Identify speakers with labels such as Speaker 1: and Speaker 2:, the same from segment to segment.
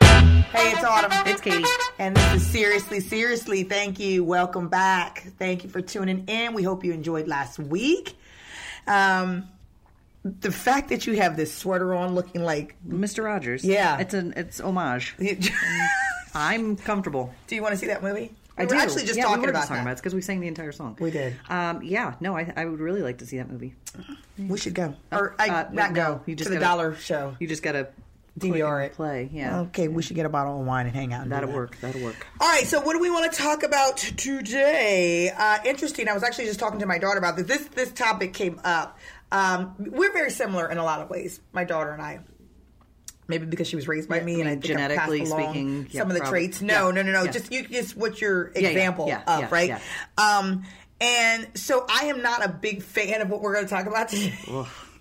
Speaker 1: Hey, it's Autumn. It's Katie. And this is Seriously, Seriously. Thank you. Welcome back. Thank you for tuning in. We hope you enjoyed last week. Um, the fact that you have this sweater on looking like.
Speaker 2: Mr. Rogers.
Speaker 1: Yeah.
Speaker 2: It's an it's homage.
Speaker 1: Do you
Speaker 2: I'm comfortable.
Speaker 1: want to see that movie? We
Speaker 2: I
Speaker 1: were
Speaker 2: do.
Speaker 1: actually just
Speaker 2: yeah,
Speaker 1: talking
Speaker 2: we were
Speaker 1: about
Speaker 2: just talking
Speaker 1: that.
Speaker 2: about it because we sang the entire song.
Speaker 1: We did.
Speaker 2: Um, yeah, no, I, I would really like to see that movie.
Speaker 1: We should go. Or I,
Speaker 2: Uh,
Speaker 1: not
Speaker 2: no,
Speaker 1: go.
Speaker 2: you just
Speaker 1: to the
Speaker 2: gotta-
Speaker 1: dollar show.
Speaker 2: You just gotta click
Speaker 1: DVR
Speaker 2: and
Speaker 1: it.
Speaker 2: Play, yeah.
Speaker 1: Okay, we should get a bottle of wine and hang out. and do
Speaker 2: That'll
Speaker 1: that.
Speaker 2: work. That'll work.
Speaker 1: All right, so what do we want to talk about today? Uh, interesting. I was actually just talking to my daughter about this. This this topic came up. Um, we're very similar in a lot of ways, my daughter and I. Maybe because she was raised by me,
Speaker 2: I
Speaker 1: and I
Speaker 2: mean,
Speaker 1: think genetically
Speaker 2: genetically
Speaker 1: along
Speaker 2: speaking, yeah,
Speaker 1: some of the
Speaker 2: probably.
Speaker 1: traits. No,
Speaker 2: Yeah,
Speaker 1: no, no, no.
Speaker 2: yeah.
Speaker 1: Just you, just what your
Speaker 2: yeah,
Speaker 1: example
Speaker 2: yeah,
Speaker 1: of,
Speaker 2: yeah,
Speaker 1: right?
Speaker 2: yeah.
Speaker 1: Um, and so I am not a big fan of what we're going to talk about today.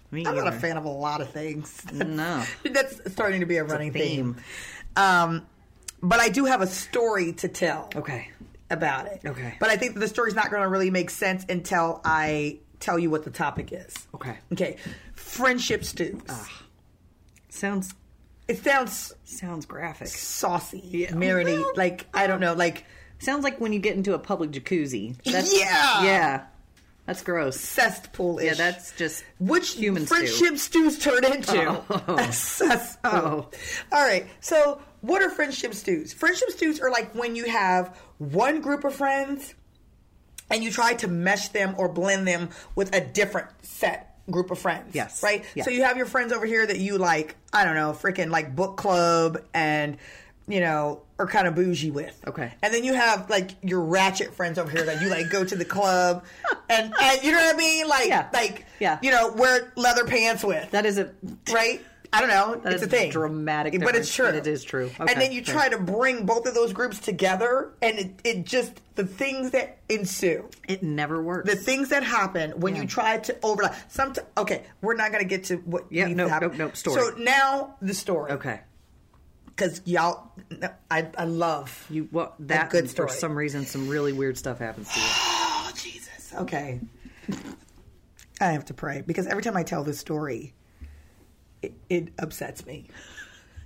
Speaker 2: Me
Speaker 1: I'm not a
Speaker 2: either.
Speaker 1: fan of a lot of things.
Speaker 2: No.
Speaker 1: That's starting to be a running
Speaker 2: theme.
Speaker 1: theme. Um, but I do have a story to tell
Speaker 2: Okay.
Speaker 1: about it.
Speaker 2: Okay.
Speaker 1: But I think that the story's not going to really make sense until I tell you what the topic is.
Speaker 2: Okay. Ah.
Speaker 1: Okay. Friendship stews.
Speaker 2: Sounds
Speaker 1: It sounds
Speaker 2: sounds graphic.
Speaker 1: saucy,
Speaker 2: Yeah.
Speaker 1: marinate.
Speaker 2: Well,
Speaker 1: like I don't know. Like
Speaker 2: Sounds like when you get into a public jacuzzi.
Speaker 1: Yeah.
Speaker 2: Yeah. That's gross.
Speaker 1: cesspool.
Speaker 2: Yeah, that's just
Speaker 1: which
Speaker 2: human Oh. stew.
Speaker 1: friendship stews turn into. That's- oh. All right. So, what are friendship stews? Friendship stews are like when you have one group of friends and you try to mesh them or blend them with a different set group of friends.
Speaker 2: Yes.
Speaker 1: Right?
Speaker 2: Yeah.
Speaker 1: So, you have your friends over here that you like, I don't know, freaking like book club and, you know, are kind of bougie with.
Speaker 2: Okay.
Speaker 1: And then you have like your ratchet friends over here that you like go to the club and, and you know what I mean? Like,
Speaker 2: Yeah.
Speaker 1: like,
Speaker 2: Yeah.
Speaker 1: you know, wear leather pants with
Speaker 2: That is a
Speaker 1: right? I don't know.
Speaker 2: That
Speaker 1: it's
Speaker 2: is
Speaker 1: a thing.
Speaker 2: dramatic
Speaker 1: but it's
Speaker 2: difference,
Speaker 1: true.
Speaker 2: but it is true. Okay,
Speaker 1: And then you
Speaker 2: okay.
Speaker 1: try to bring both of those groups together, and it, it just the things that ensue,
Speaker 2: it never works.
Speaker 1: the things that happen when you
Speaker 2: Yeah.
Speaker 1: try to overlap. Some okay, we're not going to get to what
Speaker 2: Yeah,
Speaker 1: needs
Speaker 2: nope,
Speaker 1: to happen.
Speaker 2: nope, nope, story.
Speaker 1: So now the story,
Speaker 2: okay.
Speaker 1: Because y'all, no, I I love
Speaker 2: You well that
Speaker 1: good
Speaker 2: for
Speaker 1: story.
Speaker 2: some reason some really weird stuff happens to you.
Speaker 1: Oh Jesus. Okay. I have to pray because every time I tell this story, it, it upsets me.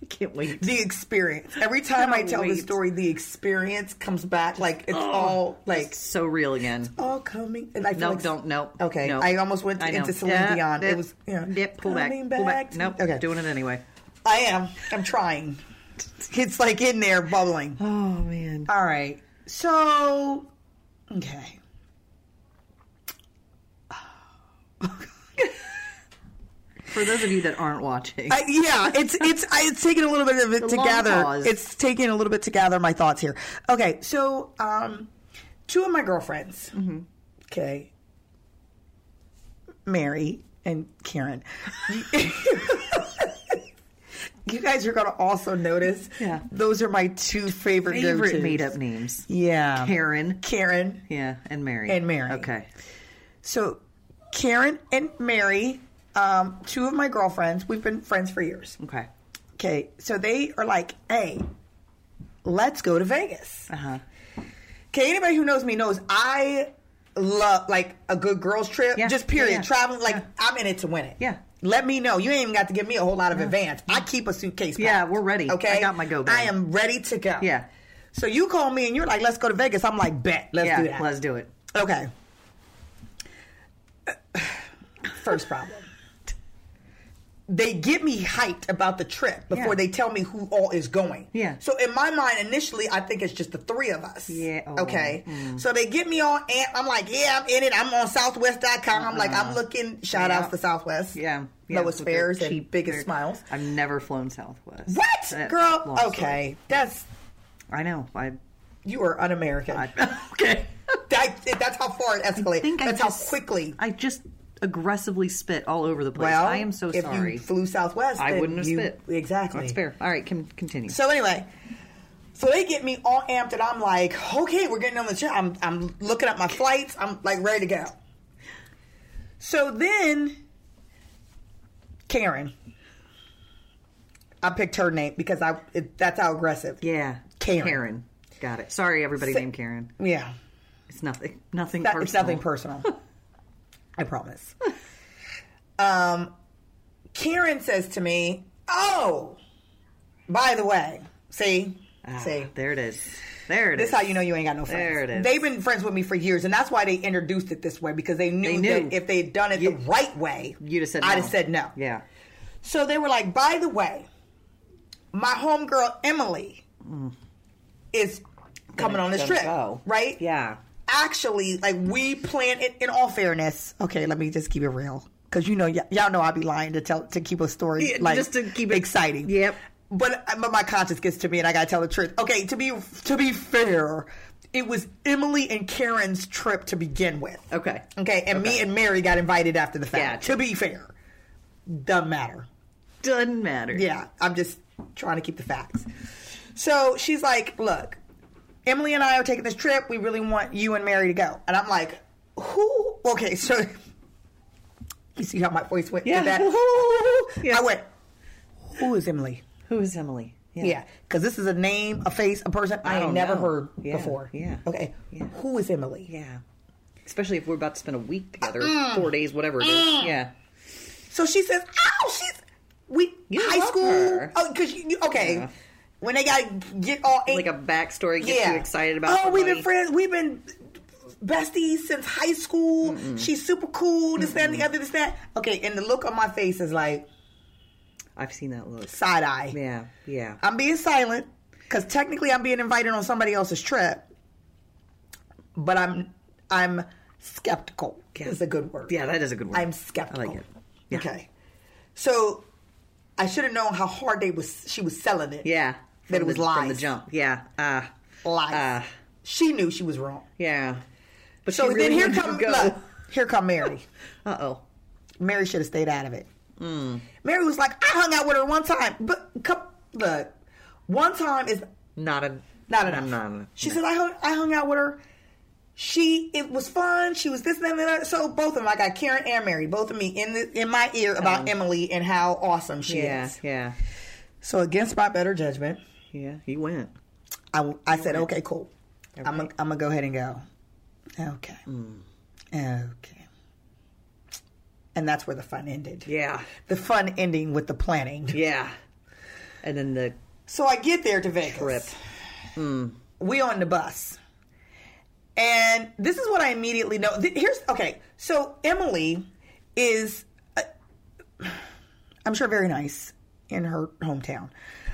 Speaker 2: I can't wait.
Speaker 1: the experience. Every time I
Speaker 2: Oh,
Speaker 1: tell the
Speaker 2: wait. Oh.
Speaker 1: story, the experience comes back. Like it's all like
Speaker 2: So real again.
Speaker 1: all coming. And I feel
Speaker 2: No,
Speaker 1: like,
Speaker 2: don't. No.
Speaker 1: Okay,
Speaker 2: no.
Speaker 1: I almost went
Speaker 2: I know.
Speaker 1: into Celine
Speaker 2: Yeah,
Speaker 1: Dion.
Speaker 2: yeah,
Speaker 1: it was yeah.
Speaker 2: yeah, pull back.
Speaker 1: Coming
Speaker 2: Pull back.
Speaker 1: to-
Speaker 2: Nope.
Speaker 1: Okay.
Speaker 2: Doing it anyway.
Speaker 1: I am. I'm trying. It's like in there bubbling.
Speaker 2: Oh man.
Speaker 1: All right. So okay.
Speaker 2: For those of you that aren't watching,
Speaker 1: I, yeah, it's it's I, it's taking a little bit of it to
Speaker 2: long
Speaker 1: gather.
Speaker 2: pause.
Speaker 1: It's taking a little bit to gather my thoughts here. Okay, so um, two of my girlfriends,
Speaker 2: Mm-hmm.
Speaker 1: okay, Mary and Karen. you guys are gonna also notice.
Speaker 2: Yeah.
Speaker 1: those are my two favorite
Speaker 2: favorite
Speaker 1: go-tos.
Speaker 2: made up names.
Speaker 1: Yeah,
Speaker 2: Karen.
Speaker 1: Karen.
Speaker 2: Yeah, and Mary.
Speaker 1: And Mary.
Speaker 2: Okay.
Speaker 1: So Karen and Mary, um, two of my girlfriends. We've been friends for years.
Speaker 2: Okay.
Speaker 1: Okay, so they are like, hey, let's go to Vegas.
Speaker 2: Uh huh.
Speaker 1: Okay, anybody who knows me knows I love like a good girls trip.
Speaker 2: Yeah,
Speaker 1: Just period.
Speaker 2: yeah, yeah.
Speaker 1: Traveling like
Speaker 2: Yeah.
Speaker 1: I'm in it to win it.
Speaker 2: Yeah.
Speaker 1: Let me know. You ain't even got to give me a whole lot of advance. I keep a suitcase.
Speaker 2: Yeah,
Speaker 1: packed.
Speaker 2: we're ready.
Speaker 1: Okay,
Speaker 2: I got my go bag.
Speaker 1: I am ready to go.
Speaker 2: Yeah.
Speaker 1: So you call me and you're like, let's go to Vegas. I'm like, bet. Let's
Speaker 2: yeah.
Speaker 1: do that.
Speaker 2: Let's do it.
Speaker 1: Okay. First problem. They get me hyped about the trip before
Speaker 2: Yeah.
Speaker 1: they tell me who all is going.
Speaker 2: Yeah.
Speaker 1: So in my mind, initially, I think it's just the three of us.
Speaker 2: Yeah, oh,
Speaker 1: okay. So they get me on, and I'm like, yeah, I'm in it. I'm on Southwest.com. I'm like, I'm looking. Shout outs
Speaker 2: Uh-uh. Yeah.
Speaker 1: to Southwest.
Speaker 2: Yeah. yeah
Speaker 1: Lowest
Speaker 2: with their
Speaker 1: fares and biggest
Speaker 2: their-
Speaker 1: smiles.
Speaker 2: I've never flown Southwest.
Speaker 1: What,
Speaker 2: That's a long
Speaker 1: girl?
Speaker 2: story.
Speaker 1: Okay, that's
Speaker 2: I know. I.
Speaker 1: you are un-American.
Speaker 2: I okay.
Speaker 1: That- that's how far it escalates.
Speaker 2: think I
Speaker 1: that's how
Speaker 2: just-
Speaker 1: quickly.
Speaker 2: I just aggressively spit all over the place.
Speaker 1: Well,
Speaker 2: I am so
Speaker 1: if
Speaker 2: sorry.
Speaker 1: you flew Southwest,
Speaker 2: I
Speaker 1: then
Speaker 2: wouldn't have
Speaker 1: you-
Speaker 2: spit.
Speaker 1: Exactly.
Speaker 2: That's fair. All right, can continue.
Speaker 1: So anyway, so they get me all amped, and I'm like, okay, we're getting on the chair. I'm I'm looking up my flights. I'm like ready to go. So then, Karen, I picked her name because I it, that's how aggressive.
Speaker 2: yeah,
Speaker 1: Karen.
Speaker 2: Karen. Got it. Sorry, everybody named Karen.
Speaker 1: yeah.
Speaker 2: It's nothing. Nothing
Speaker 1: That-
Speaker 2: personal.
Speaker 1: It's nothing personal. I promise. Um, Karen says to me, "Oh, by the way, See?
Speaker 2: Ah,
Speaker 1: See?
Speaker 2: there it is. There it is.
Speaker 1: That's how you know you ain't got no friends.
Speaker 2: There it is.
Speaker 1: They've been friends with me for years, and that's why they introduced it this way because they knew,
Speaker 2: They knew.
Speaker 1: that if they'd done it
Speaker 2: You-
Speaker 1: the right way,
Speaker 2: You'd have said.
Speaker 1: I'd
Speaker 2: no.
Speaker 1: have said no.
Speaker 2: Yeah.
Speaker 1: So they were like, by the way, my homegirl Emily is coming on this
Speaker 2: Mm. gonna
Speaker 1: trip,
Speaker 2: go.
Speaker 1: right?
Speaker 2: Yeah.
Speaker 1: Actually, like we plan it. In all fairness, okay, let me just keep it real because you know y- y'all know I be lying to tell to keep a story
Speaker 2: Yeah,
Speaker 1: like
Speaker 2: just to keep it-
Speaker 1: exciting.
Speaker 2: Yep.
Speaker 1: But uh, but my conscience gets to me, and I gotta tell the truth. Okay, to be to be fair, it was Emily and Karen's trip to begin with.
Speaker 2: Okay.
Speaker 1: Okay, and me and Mary got invited after the fact.
Speaker 2: Gotcha.
Speaker 1: To be fair, doesn't matter.
Speaker 2: Doesn't matter.
Speaker 1: Yeah, I'm just trying to keep the facts. So she's like, "Look, Emily and I are taking this trip. We really want you and Mary to go." And I'm like, "Who?" Okay, so you see how my voice went?
Speaker 2: Yeah.
Speaker 1: To that?
Speaker 2: Yeah.
Speaker 1: I went, "Who is Emily?"
Speaker 2: Who is Emily?
Speaker 1: Yeah, because this is a name, a face, a person I,
Speaker 2: I
Speaker 1: ain't
Speaker 2: don't
Speaker 1: never
Speaker 2: know.
Speaker 1: heard
Speaker 2: Yeah,
Speaker 1: before.
Speaker 2: yeah,
Speaker 1: Okay.
Speaker 2: yeah.
Speaker 1: Who is Emily?
Speaker 2: Yeah. Especially if we're about to spend a week together,
Speaker 1: Mm.
Speaker 2: four days, whatever it is. Yeah.
Speaker 1: So she says, "Ow, she's we
Speaker 2: You
Speaker 1: high
Speaker 2: love
Speaker 1: school."
Speaker 2: her.
Speaker 1: Oh, because you okay.
Speaker 2: Yeah.
Speaker 1: When they got get all eight,
Speaker 2: Like a backstory gets you excited about.
Speaker 1: Oh, we've been
Speaker 2: somebody.
Speaker 1: friends. We've been besties since high school. She's super cool. This that, and the other. This that. Okay, and the look on my face is like
Speaker 2: I've seen that look.
Speaker 1: side eye.
Speaker 2: Yeah. Yeah.
Speaker 1: I'm being silent because technically I'm being invited on somebody else's trip, but I'm I'm skeptical.
Speaker 2: Yeah.
Speaker 1: Is a good word.
Speaker 2: Yeah, that is a good word.
Speaker 1: I'm skeptical.
Speaker 2: I like it. Yeah.
Speaker 1: Okay. So I should have known how hard they was she was selling it.
Speaker 2: Yeah.
Speaker 1: That it
Speaker 2: From
Speaker 1: was
Speaker 2: the, From the
Speaker 1: lies.
Speaker 2: jump. Yeah. Ah.
Speaker 1: Lies.
Speaker 2: Ah.
Speaker 1: she knew she was wrong.
Speaker 2: yeah. But
Speaker 1: So
Speaker 2: she really
Speaker 1: then here
Speaker 2: wanted to
Speaker 1: come
Speaker 2: go.
Speaker 1: look, here come Mary.
Speaker 2: Uh oh.
Speaker 1: Mary should have stayed out of it. Mary was like, I hung out with her one time, but come, look, one time is
Speaker 2: Not a.
Speaker 1: not enough.
Speaker 2: Not enough.
Speaker 1: She said, I hung, I hung out with her. She, it was fun. She was this and that, and that. So both of them, I got Karen and Mary, both of me in the, in my ear about Emily and how awesome she
Speaker 2: Yeah.
Speaker 1: is.
Speaker 2: Yeah.
Speaker 1: So against my better judgment,
Speaker 2: Yeah. He went.
Speaker 1: I, I said, okay, Hmm. cool. I'm gonna I'm gonna go ahead and go. Okay. Okay. And that's where the fun ended.
Speaker 2: Yeah.
Speaker 1: The fun ending with the planning.
Speaker 2: Yeah. And then the
Speaker 1: So I get there to Vegas.
Speaker 2: trip. Hmm.
Speaker 1: We on the bus. And this is what I immediately know. Th- Here's okay. So Emily is uh, I'm sure very nice in her hometown.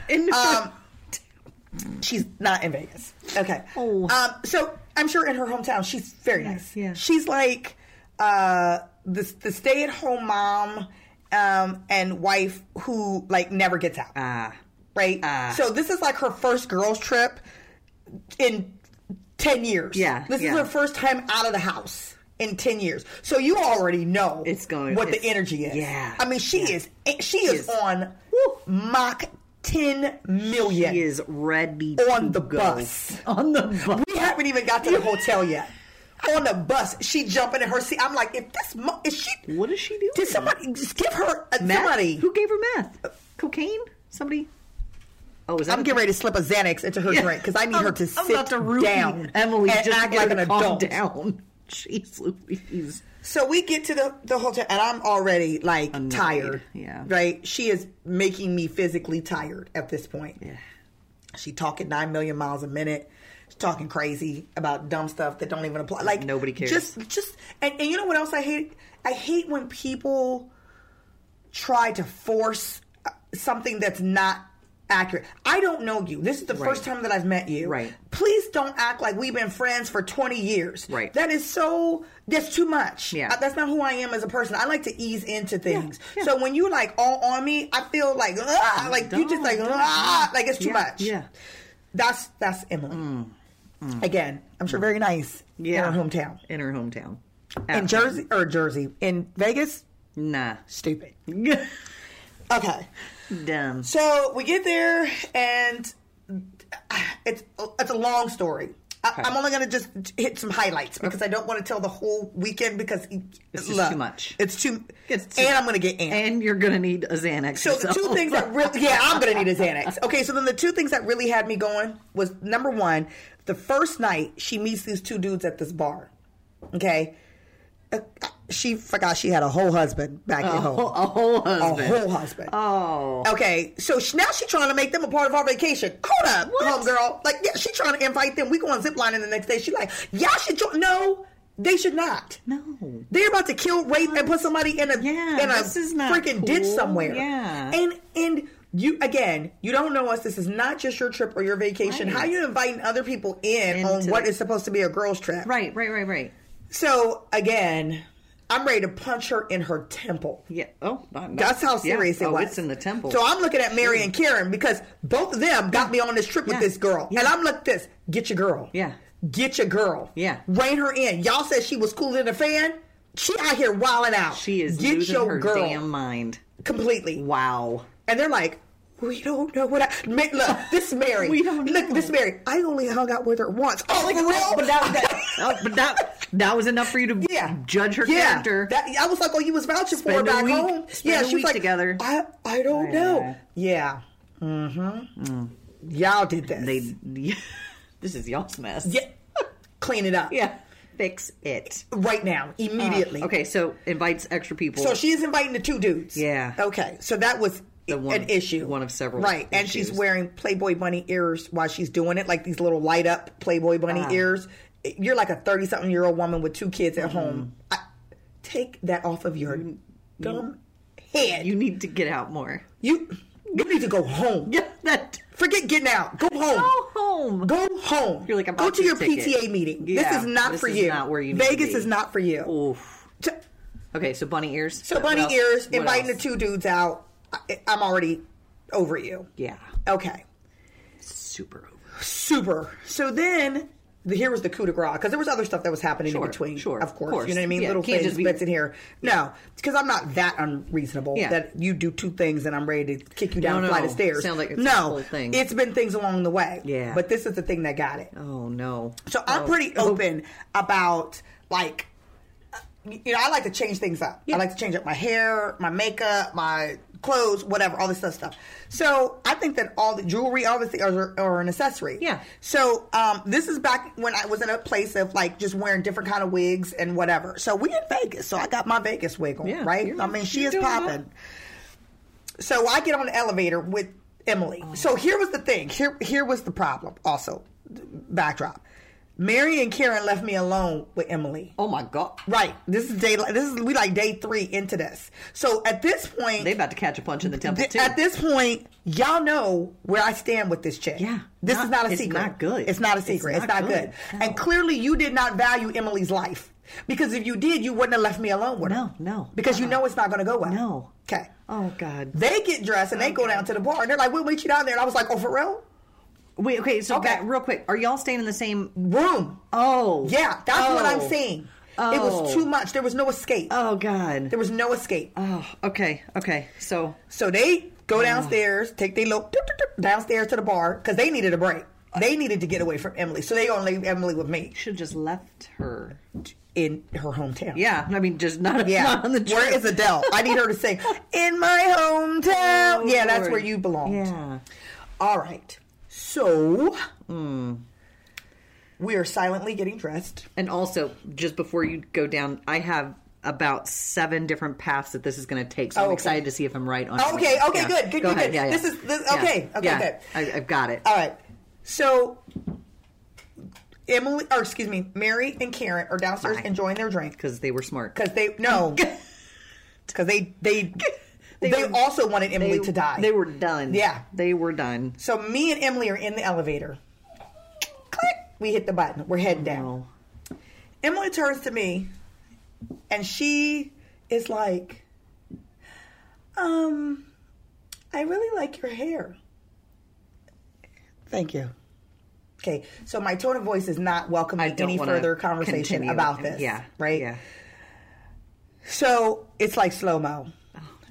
Speaker 2: In the
Speaker 1: Um, she's not in Vegas. Okay.
Speaker 2: Oh.
Speaker 1: Um, so I'm sure in her hometown, she's very nice.
Speaker 2: yeah.
Speaker 1: She's like uh, the the stay at home mom um, and wife who like never gets out.
Speaker 2: ah.
Speaker 1: right. so this is like her first girls trip in ten years.
Speaker 2: Yeah,
Speaker 1: This
Speaker 2: yeah.
Speaker 1: is her first time out of the house. In ten years, so you already know
Speaker 2: It's going-
Speaker 1: what the
Speaker 2: it's-
Speaker 1: energy is.
Speaker 2: yeah,
Speaker 1: I mean she
Speaker 2: yeah.
Speaker 1: is eh, she is
Speaker 2: is-
Speaker 1: on Mach ten million.
Speaker 2: He is ready
Speaker 1: On
Speaker 2: to
Speaker 1: the
Speaker 2: go.
Speaker 1: bus.
Speaker 2: On the bus.
Speaker 1: We haven't even got to the hotel yet. On the bus, she jumping in her seat. I'm like, if this, mo- is she?
Speaker 2: What is she doing?
Speaker 1: Did somebody just give her a,
Speaker 2: Meth?
Speaker 1: somebody?
Speaker 2: Who gave her meth? Cocaine? Somebody? Oh, is that
Speaker 1: I'm getting ready to slip a Xanax into her
Speaker 2: Yeah.
Speaker 1: drink because I need her
Speaker 2: I'm-
Speaker 1: to
Speaker 2: I'm
Speaker 1: sit
Speaker 2: about to root
Speaker 1: down.
Speaker 2: Emily
Speaker 1: and
Speaker 2: just
Speaker 1: act
Speaker 2: get
Speaker 1: like
Speaker 2: her
Speaker 1: an
Speaker 2: to calm
Speaker 1: adult.
Speaker 2: down. Jeez Louise.
Speaker 1: So we get to the, the hotel, and I'm already like tired.
Speaker 2: yeah.
Speaker 1: Right? She is making me physically tired at this point.
Speaker 2: Yeah.
Speaker 1: She talking nine million miles a minute. She's talking crazy about dumb stuff that don't even apply. Like
Speaker 2: Nobody cares.
Speaker 1: Just, just, and, and you know what else I hate? I hate when people try to force uh, something that's not accurate. I don't know you. This is the first time that I've met you.
Speaker 2: Right.
Speaker 1: Please don't act like we've been friends for twenty years.
Speaker 2: Right.
Speaker 1: That is so. That's too much.
Speaker 2: Yeah.
Speaker 1: Uh, That's not who I am as a person. I like to ease into things.
Speaker 2: yeah.
Speaker 1: So when you like all on me, I feel like ah, like you just
Speaker 2: Don't,
Speaker 1: like
Speaker 2: don't,
Speaker 1: ah, like it's too
Speaker 2: yeah,
Speaker 1: much.
Speaker 2: Yeah.
Speaker 1: That's that's Emily.
Speaker 2: Mm,
Speaker 1: Again, I'm sure very nice
Speaker 2: Yeah.
Speaker 1: in her hometown.
Speaker 2: In her hometown.
Speaker 1: In Jersey or Jersey. In Vegas,
Speaker 2: Nah.
Speaker 1: stupid. Okay.
Speaker 2: Dumb.
Speaker 1: So we get there and it's it's a long story. I, I'm only going to just hit some highlights because I don't want to tell the whole weekend because
Speaker 2: It's just too much.
Speaker 1: It's too.
Speaker 2: It's too-
Speaker 1: and I'm going to get amped.
Speaker 2: And you're going to need a Xanax.
Speaker 1: So the two
Speaker 2: yourself.
Speaker 1: things that really, yeah, I'm gonna need a Xanax. Okay, so then the two things that really had me going was number one, the first night she meets these two dudes at this bar. Okay, Uh, she forgot she had a whole husband back at home.
Speaker 2: A whole
Speaker 1: A
Speaker 2: husband.
Speaker 1: whole husband.
Speaker 2: Oh.
Speaker 1: Okay, so she, now she's trying to make them a part of our vacation. Hold up,
Speaker 2: What?
Speaker 1: homegirl. Like, yeah, she's trying to invite them. We go on ziplining the next day. She like, y'all should jo- no, they should not.
Speaker 2: No.
Speaker 1: They're about to kill, rape, and put somebody in a
Speaker 2: Yeah,
Speaker 1: in a
Speaker 2: this is not
Speaker 1: freaking ditch
Speaker 2: cool.
Speaker 1: somewhere.
Speaker 2: Yeah.
Speaker 1: and and you again, you don't know us. This is not just your trip or your vacation.
Speaker 2: Right.
Speaker 1: How you inviting other people in
Speaker 2: Into
Speaker 1: on what is
Speaker 2: the-
Speaker 1: supposed to be a girls' trip?
Speaker 2: Right, right, right, right.
Speaker 1: So again, I'm ready to punch her in her temple.
Speaker 2: Yeah. Oh, not, not-
Speaker 1: That's how
Speaker 2: yeah.
Speaker 1: serious it
Speaker 2: oh,
Speaker 1: was.
Speaker 2: It's in the temple.
Speaker 1: So I'm looking at Mary and Karen because both of them got me on this trip with
Speaker 2: Yeah.
Speaker 1: this girl,
Speaker 2: Yeah.
Speaker 1: and I'm like, this get your girl,
Speaker 2: Yeah.
Speaker 1: get your girl,
Speaker 2: Yeah.
Speaker 1: rein her in. Y'all said she was cooler than a fan. She out here wilding out.
Speaker 2: she is
Speaker 1: get
Speaker 2: losing
Speaker 1: your
Speaker 2: her
Speaker 1: girl
Speaker 2: damn mind.
Speaker 1: completely,
Speaker 2: Wow.
Speaker 1: and they're like. We don't know what I Ma- look. This Mary,
Speaker 2: We don't
Speaker 1: look.
Speaker 2: know.
Speaker 1: This Mary, I only hung out with her once. Oh, for real?
Speaker 2: But that, that, oh, but that that was enough for you to
Speaker 1: Yeah.
Speaker 2: judge her
Speaker 1: yeah.
Speaker 2: character.
Speaker 1: That, I was like, oh, you was vouching for her
Speaker 2: Spend a
Speaker 1: back
Speaker 2: week-
Speaker 1: home.
Speaker 2: spend
Speaker 1: yeah,
Speaker 2: a
Speaker 1: she was
Speaker 2: week
Speaker 1: like,
Speaker 2: together.
Speaker 1: I, I don't know. Yeah. Mm-hmm. Y'all did this.
Speaker 2: Mm. they, this is y'all's mess.
Speaker 1: yeah. Clean it up.
Speaker 2: yeah. Fix it
Speaker 1: Right now, immediately.
Speaker 2: Okay, so invites extra people.
Speaker 1: So she is inviting the two dudes.
Speaker 2: Yeah.
Speaker 1: Okay. So that was
Speaker 2: The one-
Speaker 1: an issue.
Speaker 2: one of several
Speaker 1: Right. And she's
Speaker 2: issues.
Speaker 1: wearing Playboy bunny ears while she's doing it, like these little light up Playboy bunny
Speaker 2: Ah.
Speaker 1: ears. You're like a 30 something year old woman with two kids
Speaker 2: Mm-hmm.
Speaker 1: at home. I, take that off of your dumb head.
Speaker 2: you need to get out more.
Speaker 1: You you need to go home.
Speaker 2: Yeah, that
Speaker 1: Forget getting out. Go home.
Speaker 2: go home.
Speaker 1: Go home.
Speaker 2: You're like, I
Speaker 1: go
Speaker 2: bought
Speaker 1: to
Speaker 2: you
Speaker 1: your
Speaker 2: a ticket.
Speaker 1: PTA meeting.
Speaker 2: Yeah,
Speaker 1: this is not
Speaker 2: this
Speaker 1: for
Speaker 2: is
Speaker 1: you.
Speaker 2: not where you need to
Speaker 1: Vegas
Speaker 2: be.
Speaker 1: is not for you.
Speaker 2: Oof.
Speaker 1: T-
Speaker 2: Okay, so bunny ears.
Speaker 1: So bunny ears inviting the two dudes out. I, I'm already over you.
Speaker 2: Yeah,
Speaker 1: Okay.
Speaker 2: super over.
Speaker 1: Super. So then the, here was the coup de grace because there was other stuff that was happening
Speaker 2: Sure,
Speaker 1: in between.
Speaker 2: sure,
Speaker 1: of course,
Speaker 2: of course.
Speaker 1: you know what I mean.
Speaker 2: Yeah,
Speaker 1: Little
Speaker 2: can't
Speaker 1: things,
Speaker 2: just be-
Speaker 1: bits in here. No, because I'm not that unreasonable
Speaker 2: Yeah.
Speaker 1: that you do two things and I'm ready to kick you down a
Speaker 2: No,
Speaker 1: flight
Speaker 2: no.
Speaker 1: of stairs.
Speaker 2: Sound like it's
Speaker 1: no,
Speaker 2: a whole thing.
Speaker 1: it's been things along the way.
Speaker 2: Yeah.
Speaker 1: but this is the thing that got it.
Speaker 2: Oh no.
Speaker 1: So I'm
Speaker 2: Oh.
Speaker 1: pretty open about like uh, you know I like to change things up. I like to change up my hair, my makeup, my clothes, whatever, all this other stuff. So I think that all the jewelry obviously are, are an accessory.
Speaker 2: Yeah.
Speaker 1: So um, this is back when I was in a place of like just wearing different kind of wigs and whatever. So we in Vegas, so I got my Vegas wig on,
Speaker 2: Yeah,
Speaker 1: right?
Speaker 2: you're-
Speaker 1: I mean, she
Speaker 2: you're
Speaker 1: is
Speaker 2: doing good.
Speaker 1: popping. So I get on the elevator with Emily.
Speaker 2: Oh.
Speaker 1: So here was the thing. Here here was the problem. Also, backdrop. Mary and Karen left me alone with Emily.
Speaker 2: Oh my god.
Speaker 1: Right. This is day. This is we like day three into this. So at this point,
Speaker 2: They about to catch a punch in the temple
Speaker 1: Th-
Speaker 2: too.
Speaker 1: At this point, y'all know where I stand with this chick.
Speaker 2: Yeah.
Speaker 1: This
Speaker 2: Not-
Speaker 1: is not a
Speaker 2: it's
Speaker 1: secret.
Speaker 2: not good.
Speaker 1: It's not a
Speaker 2: It's
Speaker 1: secret. It's not,
Speaker 2: not
Speaker 1: good.
Speaker 2: good.
Speaker 1: And clearly, you did not value Emily's life. Because if you did, you wouldn't have left me alone with her.
Speaker 2: No, no.
Speaker 1: Because you
Speaker 2: Uh-uh.
Speaker 1: know it's not going to go well.
Speaker 2: No.
Speaker 1: Okay.
Speaker 2: oh god.
Speaker 1: They get dressed and they go down to the bar and they're like, we'll meet you down there. And I was like, oh, for real?
Speaker 2: Wait. Okay. So
Speaker 1: Okay.
Speaker 2: back real quick. Are y'all staying in the same?
Speaker 1: Room.
Speaker 2: Oh.
Speaker 1: Yeah, that's what I'm
Speaker 2: Oh.
Speaker 1: saying. It was
Speaker 2: Oh.
Speaker 1: too much. There was no escape.
Speaker 2: Oh god.
Speaker 1: There was no escape.
Speaker 2: Oh, okay, okay. So
Speaker 1: So they
Speaker 2: Mm.
Speaker 1: go downstairs, take their little doop, doop, doop, downstairs to the bar because they needed a break. They needed to get away from Emily, so they gonna leave Emily with me
Speaker 2: should just left her.
Speaker 1: in her hometown.
Speaker 2: Yeah, I mean, just not,
Speaker 1: yeah.
Speaker 2: not on the
Speaker 1: where
Speaker 2: trip.
Speaker 1: is Adele? I need her to sing in my hometown.
Speaker 2: Oh,
Speaker 1: yeah, that's
Speaker 2: Lord.
Speaker 1: where you belong.
Speaker 2: Yeah.
Speaker 1: All right. So
Speaker 2: Hmm.
Speaker 1: we are silently getting dressed.
Speaker 2: And also, just before you go down, I have about seven different paths that this is going to take. So
Speaker 1: Oh,
Speaker 2: I'm
Speaker 1: okay.
Speaker 2: excited to see if I'm right on.
Speaker 1: Oh, okay,
Speaker 2: everything.
Speaker 1: okay, good, good,
Speaker 2: Go
Speaker 1: good,
Speaker 2: ahead.
Speaker 1: good.
Speaker 2: Yeah, yeah.
Speaker 1: This is- this-
Speaker 2: Yeah,
Speaker 1: okay, okay,
Speaker 2: yeah.
Speaker 1: good. Uh,
Speaker 2: I, I've got it.
Speaker 1: All right. So Emily, or excuse me, Mary and Karen are downstairs
Speaker 2: Fine.
Speaker 1: enjoying their drink.
Speaker 2: Because they were smart.
Speaker 1: because they no because they they they,
Speaker 2: They were-
Speaker 1: also wanted Emily
Speaker 2: They-
Speaker 1: to die.
Speaker 2: They were done.
Speaker 1: Yeah.
Speaker 2: They were done.
Speaker 1: so me and Emily are in the elevator. Click. We hit the button. We're heading down.
Speaker 2: Oh.
Speaker 1: Emily turns to me, and she is like, "Um, I really like your hair." Thank you. Okay, so my tone of voice is not
Speaker 2: I
Speaker 1: welcoming
Speaker 2: don't
Speaker 1: any
Speaker 2: wanna
Speaker 1: further conversation
Speaker 2: continue.
Speaker 1: about this.
Speaker 2: Yeah.
Speaker 1: Right?
Speaker 2: Yeah.
Speaker 1: So it's like slow mo.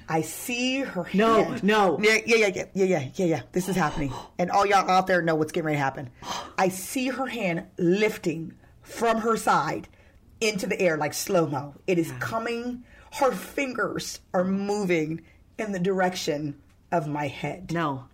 Speaker 1: I see her.
Speaker 2: Oh. No,
Speaker 1: hand.
Speaker 2: no.
Speaker 1: Yeah, yeah, yeah, yeah, yeah, yeah, yeah, yeah. This is happening, and all y'all out there know what's getting ready to happen. I see her hand lifting from her side into the air like slow mo. It is coming. Her fingers are moving in the direction of my head.
Speaker 2: No.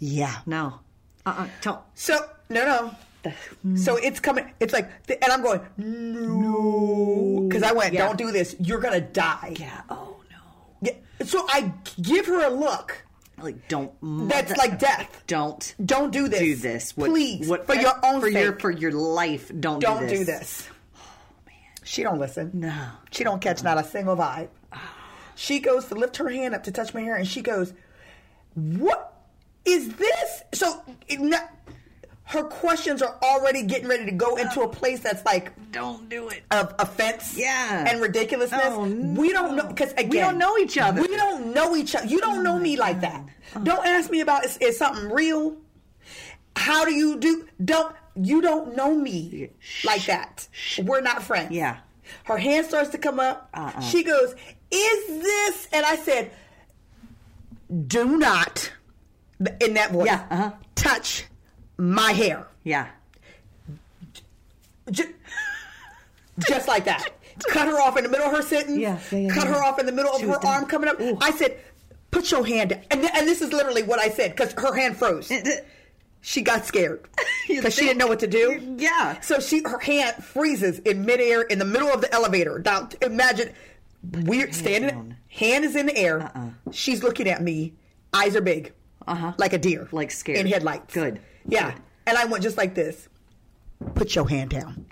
Speaker 1: Yeah.
Speaker 2: No. Uh. uh Don't.
Speaker 1: So no, no. So it's coming. It's like, th- and I'm going no, because I went,
Speaker 2: Yeah.
Speaker 1: don't do this. You're gonna die.
Speaker 2: Yeah. Oh no.
Speaker 1: Yeah. So I give her a look
Speaker 2: Like don't.
Speaker 1: that's like death.
Speaker 2: Don't
Speaker 1: Don't do this.
Speaker 2: do this. What,
Speaker 1: please,
Speaker 2: What,
Speaker 1: for your own
Speaker 2: for
Speaker 1: sake.
Speaker 2: your for your life. Don't
Speaker 1: don't do
Speaker 2: do this.
Speaker 1: this. She don't listen.
Speaker 2: No.
Speaker 1: She don't catch not a single vibe. She goes to lift her hand up to touch my hair, and she goes, "What is this?" So, it, not, her questions are already getting ready to go into a place that's like
Speaker 2: Don't do it.
Speaker 1: of offense
Speaker 2: Yeah.
Speaker 1: and ridiculousness.
Speaker 2: Oh, no.
Speaker 1: We don't know because again
Speaker 2: don't know each other. Oh,
Speaker 1: We don't know each other. You don't know me like that. Don't ask me about is, is something real. How do you do? Don't you don't know me like that? We're not friends.
Speaker 2: Yeah.
Speaker 1: Her hand starts to come up.
Speaker 2: Uh-uh.
Speaker 1: She goes, "Is this?" And I said, "Do not." In that voice,
Speaker 2: Yeah, uh-huh.
Speaker 1: touch my hair.
Speaker 2: Yeah.
Speaker 1: Ju- just like that. Cut her off in the middle of her sentence.
Speaker 2: Yeah, yeah, yeah,
Speaker 1: cut
Speaker 2: yeah.
Speaker 1: her off in the middle of
Speaker 2: She
Speaker 1: her
Speaker 2: was done.
Speaker 1: arm coming up.
Speaker 2: Ooh.
Speaker 1: I said, "Put your hand." down." And, th- and this is literally what I said because her hand froze. She got scared
Speaker 2: You
Speaker 1: because she
Speaker 2: think-
Speaker 1: didn't know what to do.
Speaker 2: Yeah.
Speaker 1: So she her hand freezes in midair in the middle of the elevator. Now imagine we're standing.
Speaker 2: down.
Speaker 1: Hand is in the air.
Speaker 2: Uh-uh.
Speaker 1: She's looking at me. Eyes are big,
Speaker 2: Uh-huh.
Speaker 1: like a deer,
Speaker 2: Like scared.
Speaker 1: in headlights.
Speaker 2: Good.
Speaker 1: Yeah.
Speaker 2: Good.
Speaker 1: And I went just like this. Put your hand down.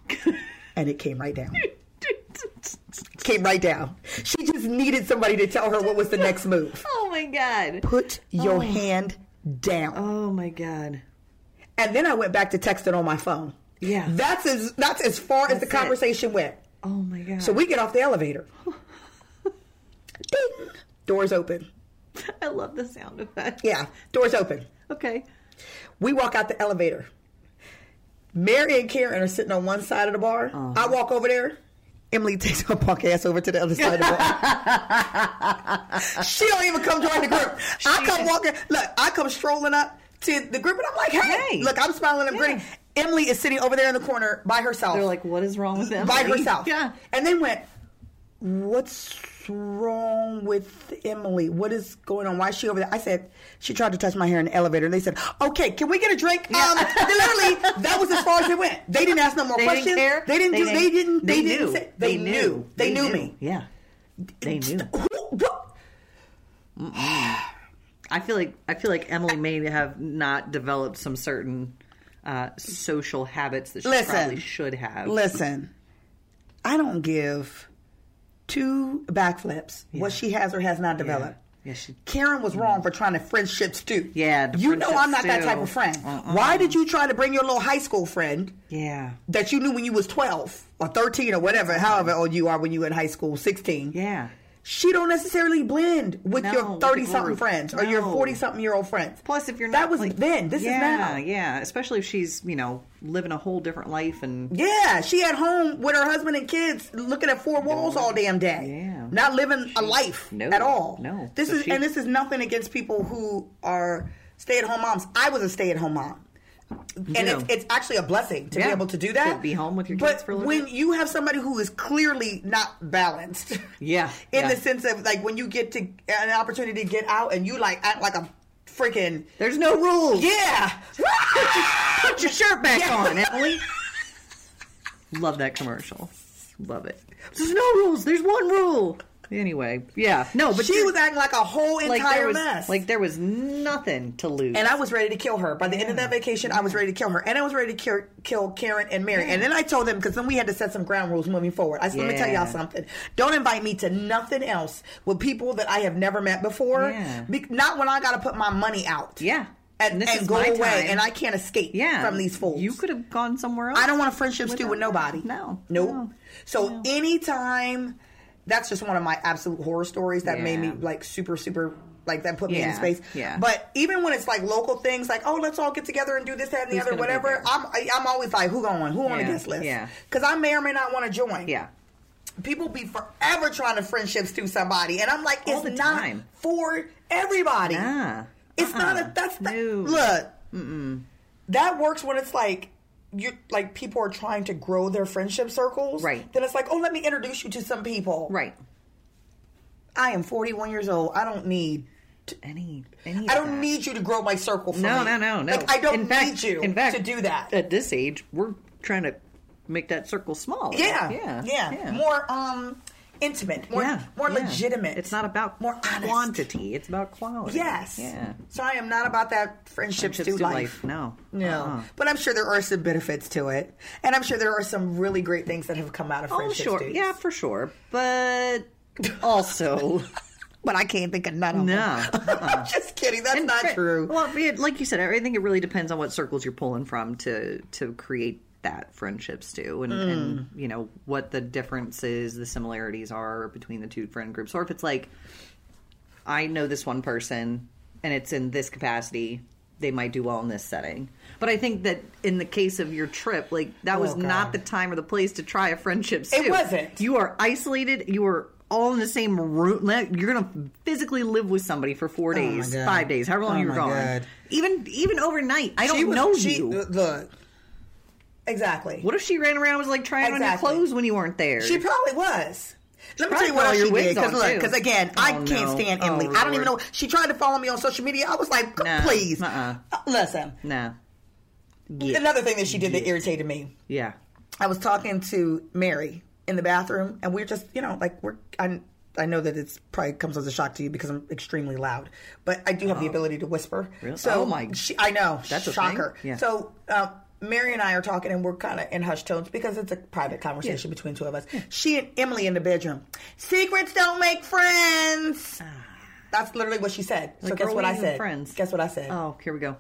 Speaker 1: and it came right down. Came right down. She just needed somebody to tell her what was the next move.
Speaker 2: oh my god.
Speaker 1: Put your
Speaker 2: Oh.
Speaker 1: hand down.
Speaker 2: Oh my god.
Speaker 1: And then I went back to texting on my phone.
Speaker 2: Yeah.
Speaker 1: That's as that's as far as the
Speaker 2: That's it.
Speaker 1: conversation went.
Speaker 2: Oh my god.
Speaker 1: So we get off the elevator. Ding. Doors open.
Speaker 2: I love the sound of that.
Speaker 1: Yeah, doors open.
Speaker 2: Okay.
Speaker 1: We walk out the elevator. Mary and Karen are sitting on one side of the bar.
Speaker 2: Uh-huh.
Speaker 1: I walk over there. Emily takes her punk ass over to the other side of the bar. she don't even come join the group. I
Speaker 2: She-
Speaker 1: come walking. Look, I come strolling up to the group, and I'm like, "Hey,
Speaker 2: Hey.
Speaker 1: look, I'm smiling and
Speaker 2: Yeah.
Speaker 1: grinning." Emily is sitting over there in the corner by herself,
Speaker 2: They're like, what is wrong with them?
Speaker 1: by herself.
Speaker 2: Yeah.
Speaker 1: and they went, "What's wrong with Emily? What is going on? Why is she over there?" I said, "She tried to touch my hair in the elevator," and they said, "Okay, can we get a drink?" Um, literally, that was as far as it went. They didn't ask no more
Speaker 2: They
Speaker 1: questions.
Speaker 2: didn't care.
Speaker 1: They didn't. do, they didn't. They, didn't.
Speaker 2: knew.
Speaker 1: Say, they, knew. They, knew, me.
Speaker 2: Yeah. They knew.
Speaker 1: Who- what?
Speaker 2: I feel like I feel like Emily may have not developed some certain uh, social habits that she
Speaker 1: Listen.
Speaker 2: probably should have.
Speaker 1: Listen, I don't give two backflips what she has or has not developed.
Speaker 2: Yeah, she-
Speaker 1: Karen was wrong for trying to friendship stew.
Speaker 2: Yeah, the Uh-uh.
Speaker 1: you know
Speaker 2: friendship
Speaker 1: I'm not that
Speaker 2: stew.
Speaker 1: type of friend. Why did you try to bring your little high school friend
Speaker 2: Yeah.
Speaker 1: that you knew when you was 12 or 13 or whatever, however old you are when you were in high school, 16?
Speaker 2: Yeah.
Speaker 1: She don't necessarily blend with
Speaker 2: No,
Speaker 1: your
Speaker 2: with the
Speaker 1: 30 something
Speaker 2: group.
Speaker 1: friends or your
Speaker 2: No.
Speaker 1: 40 something year old friends.
Speaker 2: Plus, if you're not
Speaker 1: that was
Speaker 2: like-
Speaker 1: then, this
Speaker 2: yeah,
Speaker 1: is now.
Speaker 2: Yeah, especially if she's you know living a whole different life and
Speaker 1: Yeah, she at home with her husband and kids, looking at four walls all damn day.
Speaker 2: Yeah.
Speaker 1: not living a life
Speaker 2: no,
Speaker 1: at all.
Speaker 2: no.
Speaker 1: this
Speaker 2: So
Speaker 1: is
Speaker 2: she-
Speaker 1: and this is nothing against people who are stay at home moms. I was a stay at home mom. And
Speaker 2: Ditto.
Speaker 1: it's, it's actually a blessing to be
Speaker 2: Yeah,
Speaker 1: able to do
Speaker 2: to
Speaker 1: that.
Speaker 2: be home with your
Speaker 1: but
Speaker 2: kids for a little
Speaker 1: when
Speaker 2: bit.
Speaker 1: you have somebody who is clearly not balanced,
Speaker 2: Yeah,
Speaker 1: in
Speaker 2: yeah.
Speaker 1: the sense of like when you get to an opportunity to get out and you like act like a freaking
Speaker 2: there's no rules.
Speaker 1: yeah,
Speaker 2: Put your shirt back
Speaker 1: Yeah.
Speaker 2: on, Emily. Love that commercial. Love it. There's no rules. There's one rule. Anyway, yeah, no, but
Speaker 1: she
Speaker 2: you're-
Speaker 1: was acting like a whole entire
Speaker 2: like there was
Speaker 1: mess.
Speaker 2: like there was nothing to lose.
Speaker 1: and I was ready to kill her. By the end of that vacation, I was ready to kill her, and I was ready to kill, kill Karen and Mary. And then I told them because then we had to set some ground rules moving forward. I said, "Let me tell
Speaker 2: Yeah.
Speaker 1: y'all something. Don't invite me to nothing else with people that I have never met before.
Speaker 2: Yeah.
Speaker 1: Be- not when I got to put my money out.
Speaker 2: yeah,
Speaker 1: and,
Speaker 2: this
Speaker 1: and
Speaker 2: is
Speaker 1: go
Speaker 2: my
Speaker 1: away,
Speaker 2: time.
Speaker 1: and I can't escape
Speaker 2: yeah
Speaker 1: from these fools.
Speaker 2: You could have gone somewhere else.
Speaker 1: I don't want a friendship stew with
Speaker 2: Without-
Speaker 1: nobody.
Speaker 2: no,
Speaker 1: Nope.
Speaker 2: no,
Speaker 1: So
Speaker 2: no.
Speaker 1: anytime that's just one of my absolute horror stories that made me
Speaker 2: Yeah.
Speaker 1: like super, super like that put me in
Speaker 2: Yeah,
Speaker 1: space.
Speaker 2: yeah.
Speaker 1: But even when it's like local things like, oh, let's all get together and do this, that, and the
Speaker 2: Who's
Speaker 1: other,
Speaker 2: gonna be
Speaker 1: whatever,
Speaker 2: there?
Speaker 1: I'm I- I'm always like, who going? Who on the
Speaker 2: Yeah,
Speaker 1: guest list?
Speaker 2: yeah.
Speaker 1: Because I may or may not want to join.
Speaker 2: Yeah,
Speaker 1: People be forever trying to friendships to somebody. And I'm like,
Speaker 2: All
Speaker 1: it's
Speaker 2: the
Speaker 1: not
Speaker 2: time.
Speaker 1: for everybody.
Speaker 2: ah,
Speaker 1: It's not a that's the look. That works when it's like you like people are trying to grow their friendship circles.
Speaker 2: Right.
Speaker 1: Then it's like, oh, let me introduce you to some people.
Speaker 2: right.
Speaker 1: I am 41 years old. I don't need
Speaker 2: any any. of
Speaker 1: I don't
Speaker 2: that.
Speaker 1: need you to grow my circle. For
Speaker 2: No,
Speaker 1: me.
Speaker 2: no, no, no.
Speaker 1: Like, I don't
Speaker 2: in
Speaker 1: need
Speaker 2: fact,
Speaker 1: you
Speaker 2: in fact, uh,
Speaker 1: to do that.
Speaker 2: At this age, we're trying to make that circle smaller.
Speaker 1: yeah,
Speaker 2: yeah,
Speaker 1: yeah, More um, intimate. More,
Speaker 2: Yeah,
Speaker 1: more
Speaker 2: yeah.
Speaker 1: legitimate.
Speaker 2: It's not about
Speaker 1: more honest.
Speaker 2: quantity; it's about quality.
Speaker 1: Yes.
Speaker 2: Yeah.
Speaker 1: So I am not about that friendship
Speaker 2: Just
Speaker 1: through
Speaker 2: do
Speaker 1: life.
Speaker 2: life. No.
Speaker 1: No,
Speaker 2: Uh-uh.
Speaker 1: but I'm sure there are some benefits to it, and I'm sure there are some really great things that have come out of
Speaker 2: Oh,
Speaker 1: friendship.
Speaker 2: sure.
Speaker 1: too.
Speaker 2: Yeah, for sure. But also,
Speaker 1: but I can't think of none of
Speaker 2: no. Uh-uh.
Speaker 1: them. I'm just kidding. That's not
Speaker 2: Fri-
Speaker 1: true.
Speaker 2: Well, it, like you said, I think it really depends on what circles you're pulling from to to create that friendships to,
Speaker 1: Hmm.
Speaker 2: and, and you know what the differences, the similarities are between the two friend groups, or if it's like I know this one person and it's in this capacity. They might do well in this setting, but I think that in the case of your trip, like that was
Speaker 1: Oh, God.
Speaker 2: not the time or the place to try a friendship.
Speaker 1: It
Speaker 2: too.
Speaker 1: wasn't.
Speaker 2: You are isolated. You are all in the same room. You're going to physically live with somebody for four
Speaker 1: Oh my
Speaker 2: days,
Speaker 1: God.
Speaker 2: five days, however long
Speaker 1: Oh
Speaker 2: you were
Speaker 1: my
Speaker 2: gone.
Speaker 1: God.
Speaker 2: Even even overnight, I
Speaker 1: She
Speaker 2: don't
Speaker 1: was-
Speaker 2: know
Speaker 1: she- uh,
Speaker 2: you.
Speaker 1: Look, exactly.
Speaker 2: what if she ran around and was like trying
Speaker 1: Exactly.
Speaker 2: on your clothes when you weren't there?
Speaker 1: She probably was. Let me tell
Speaker 2: Probably
Speaker 1: you what
Speaker 2: had all
Speaker 1: else
Speaker 2: your
Speaker 1: she did.
Speaker 2: wigs
Speaker 1: Because
Speaker 2: on,
Speaker 1: look,
Speaker 2: too.
Speaker 1: because again, I
Speaker 2: Oh,
Speaker 1: can't
Speaker 2: no.
Speaker 1: stand
Speaker 2: Oh,
Speaker 1: Emily. I don't even know.
Speaker 2: Lord.
Speaker 1: She tried to follow me on social media. I was like,
Speaker 2: No.
Speaker 1: please,
Speaker 2: Uh-uh.
Speaker 1: Uh, listen.
Speaker 2: nah.
Speaker 1: Another thing that she did that irritated me.
Speaker 2: Yeah.
Speaker 1: I was talking to Mary in the bathroom, and we are just, you know, like we're. I, I know that it's probably comes as a shock to you because I'm extremely loud, but I do have the ability to whisper.
Speaker 2: Oh. Really?
Speaker 1: So
Speaker 2: Oh, my-
Speaker 1: She, I know
Speaker 2: That's a
Speaker 1: shocker.
Speaker 2: thing? Yeah.
Speaker 1: So. Um, Mary and I are talking, and we're kind of in hushed tones because it's a private conversation between two of us. She and Emily in the bedroom. Secrets don't make friends. That's literally what she said. so
Speaker 2: Ah. Like,
Speaker 1: guess
Speaker 2: girl,
Speaker 1: what
Speaker 2: we
Speaker 1: I
Speaker 2: ain't
Speaker 1: said?
Speaker 2: friends.
Speaker 1: Guess what I said?
Speaker 2: Oh, here we go.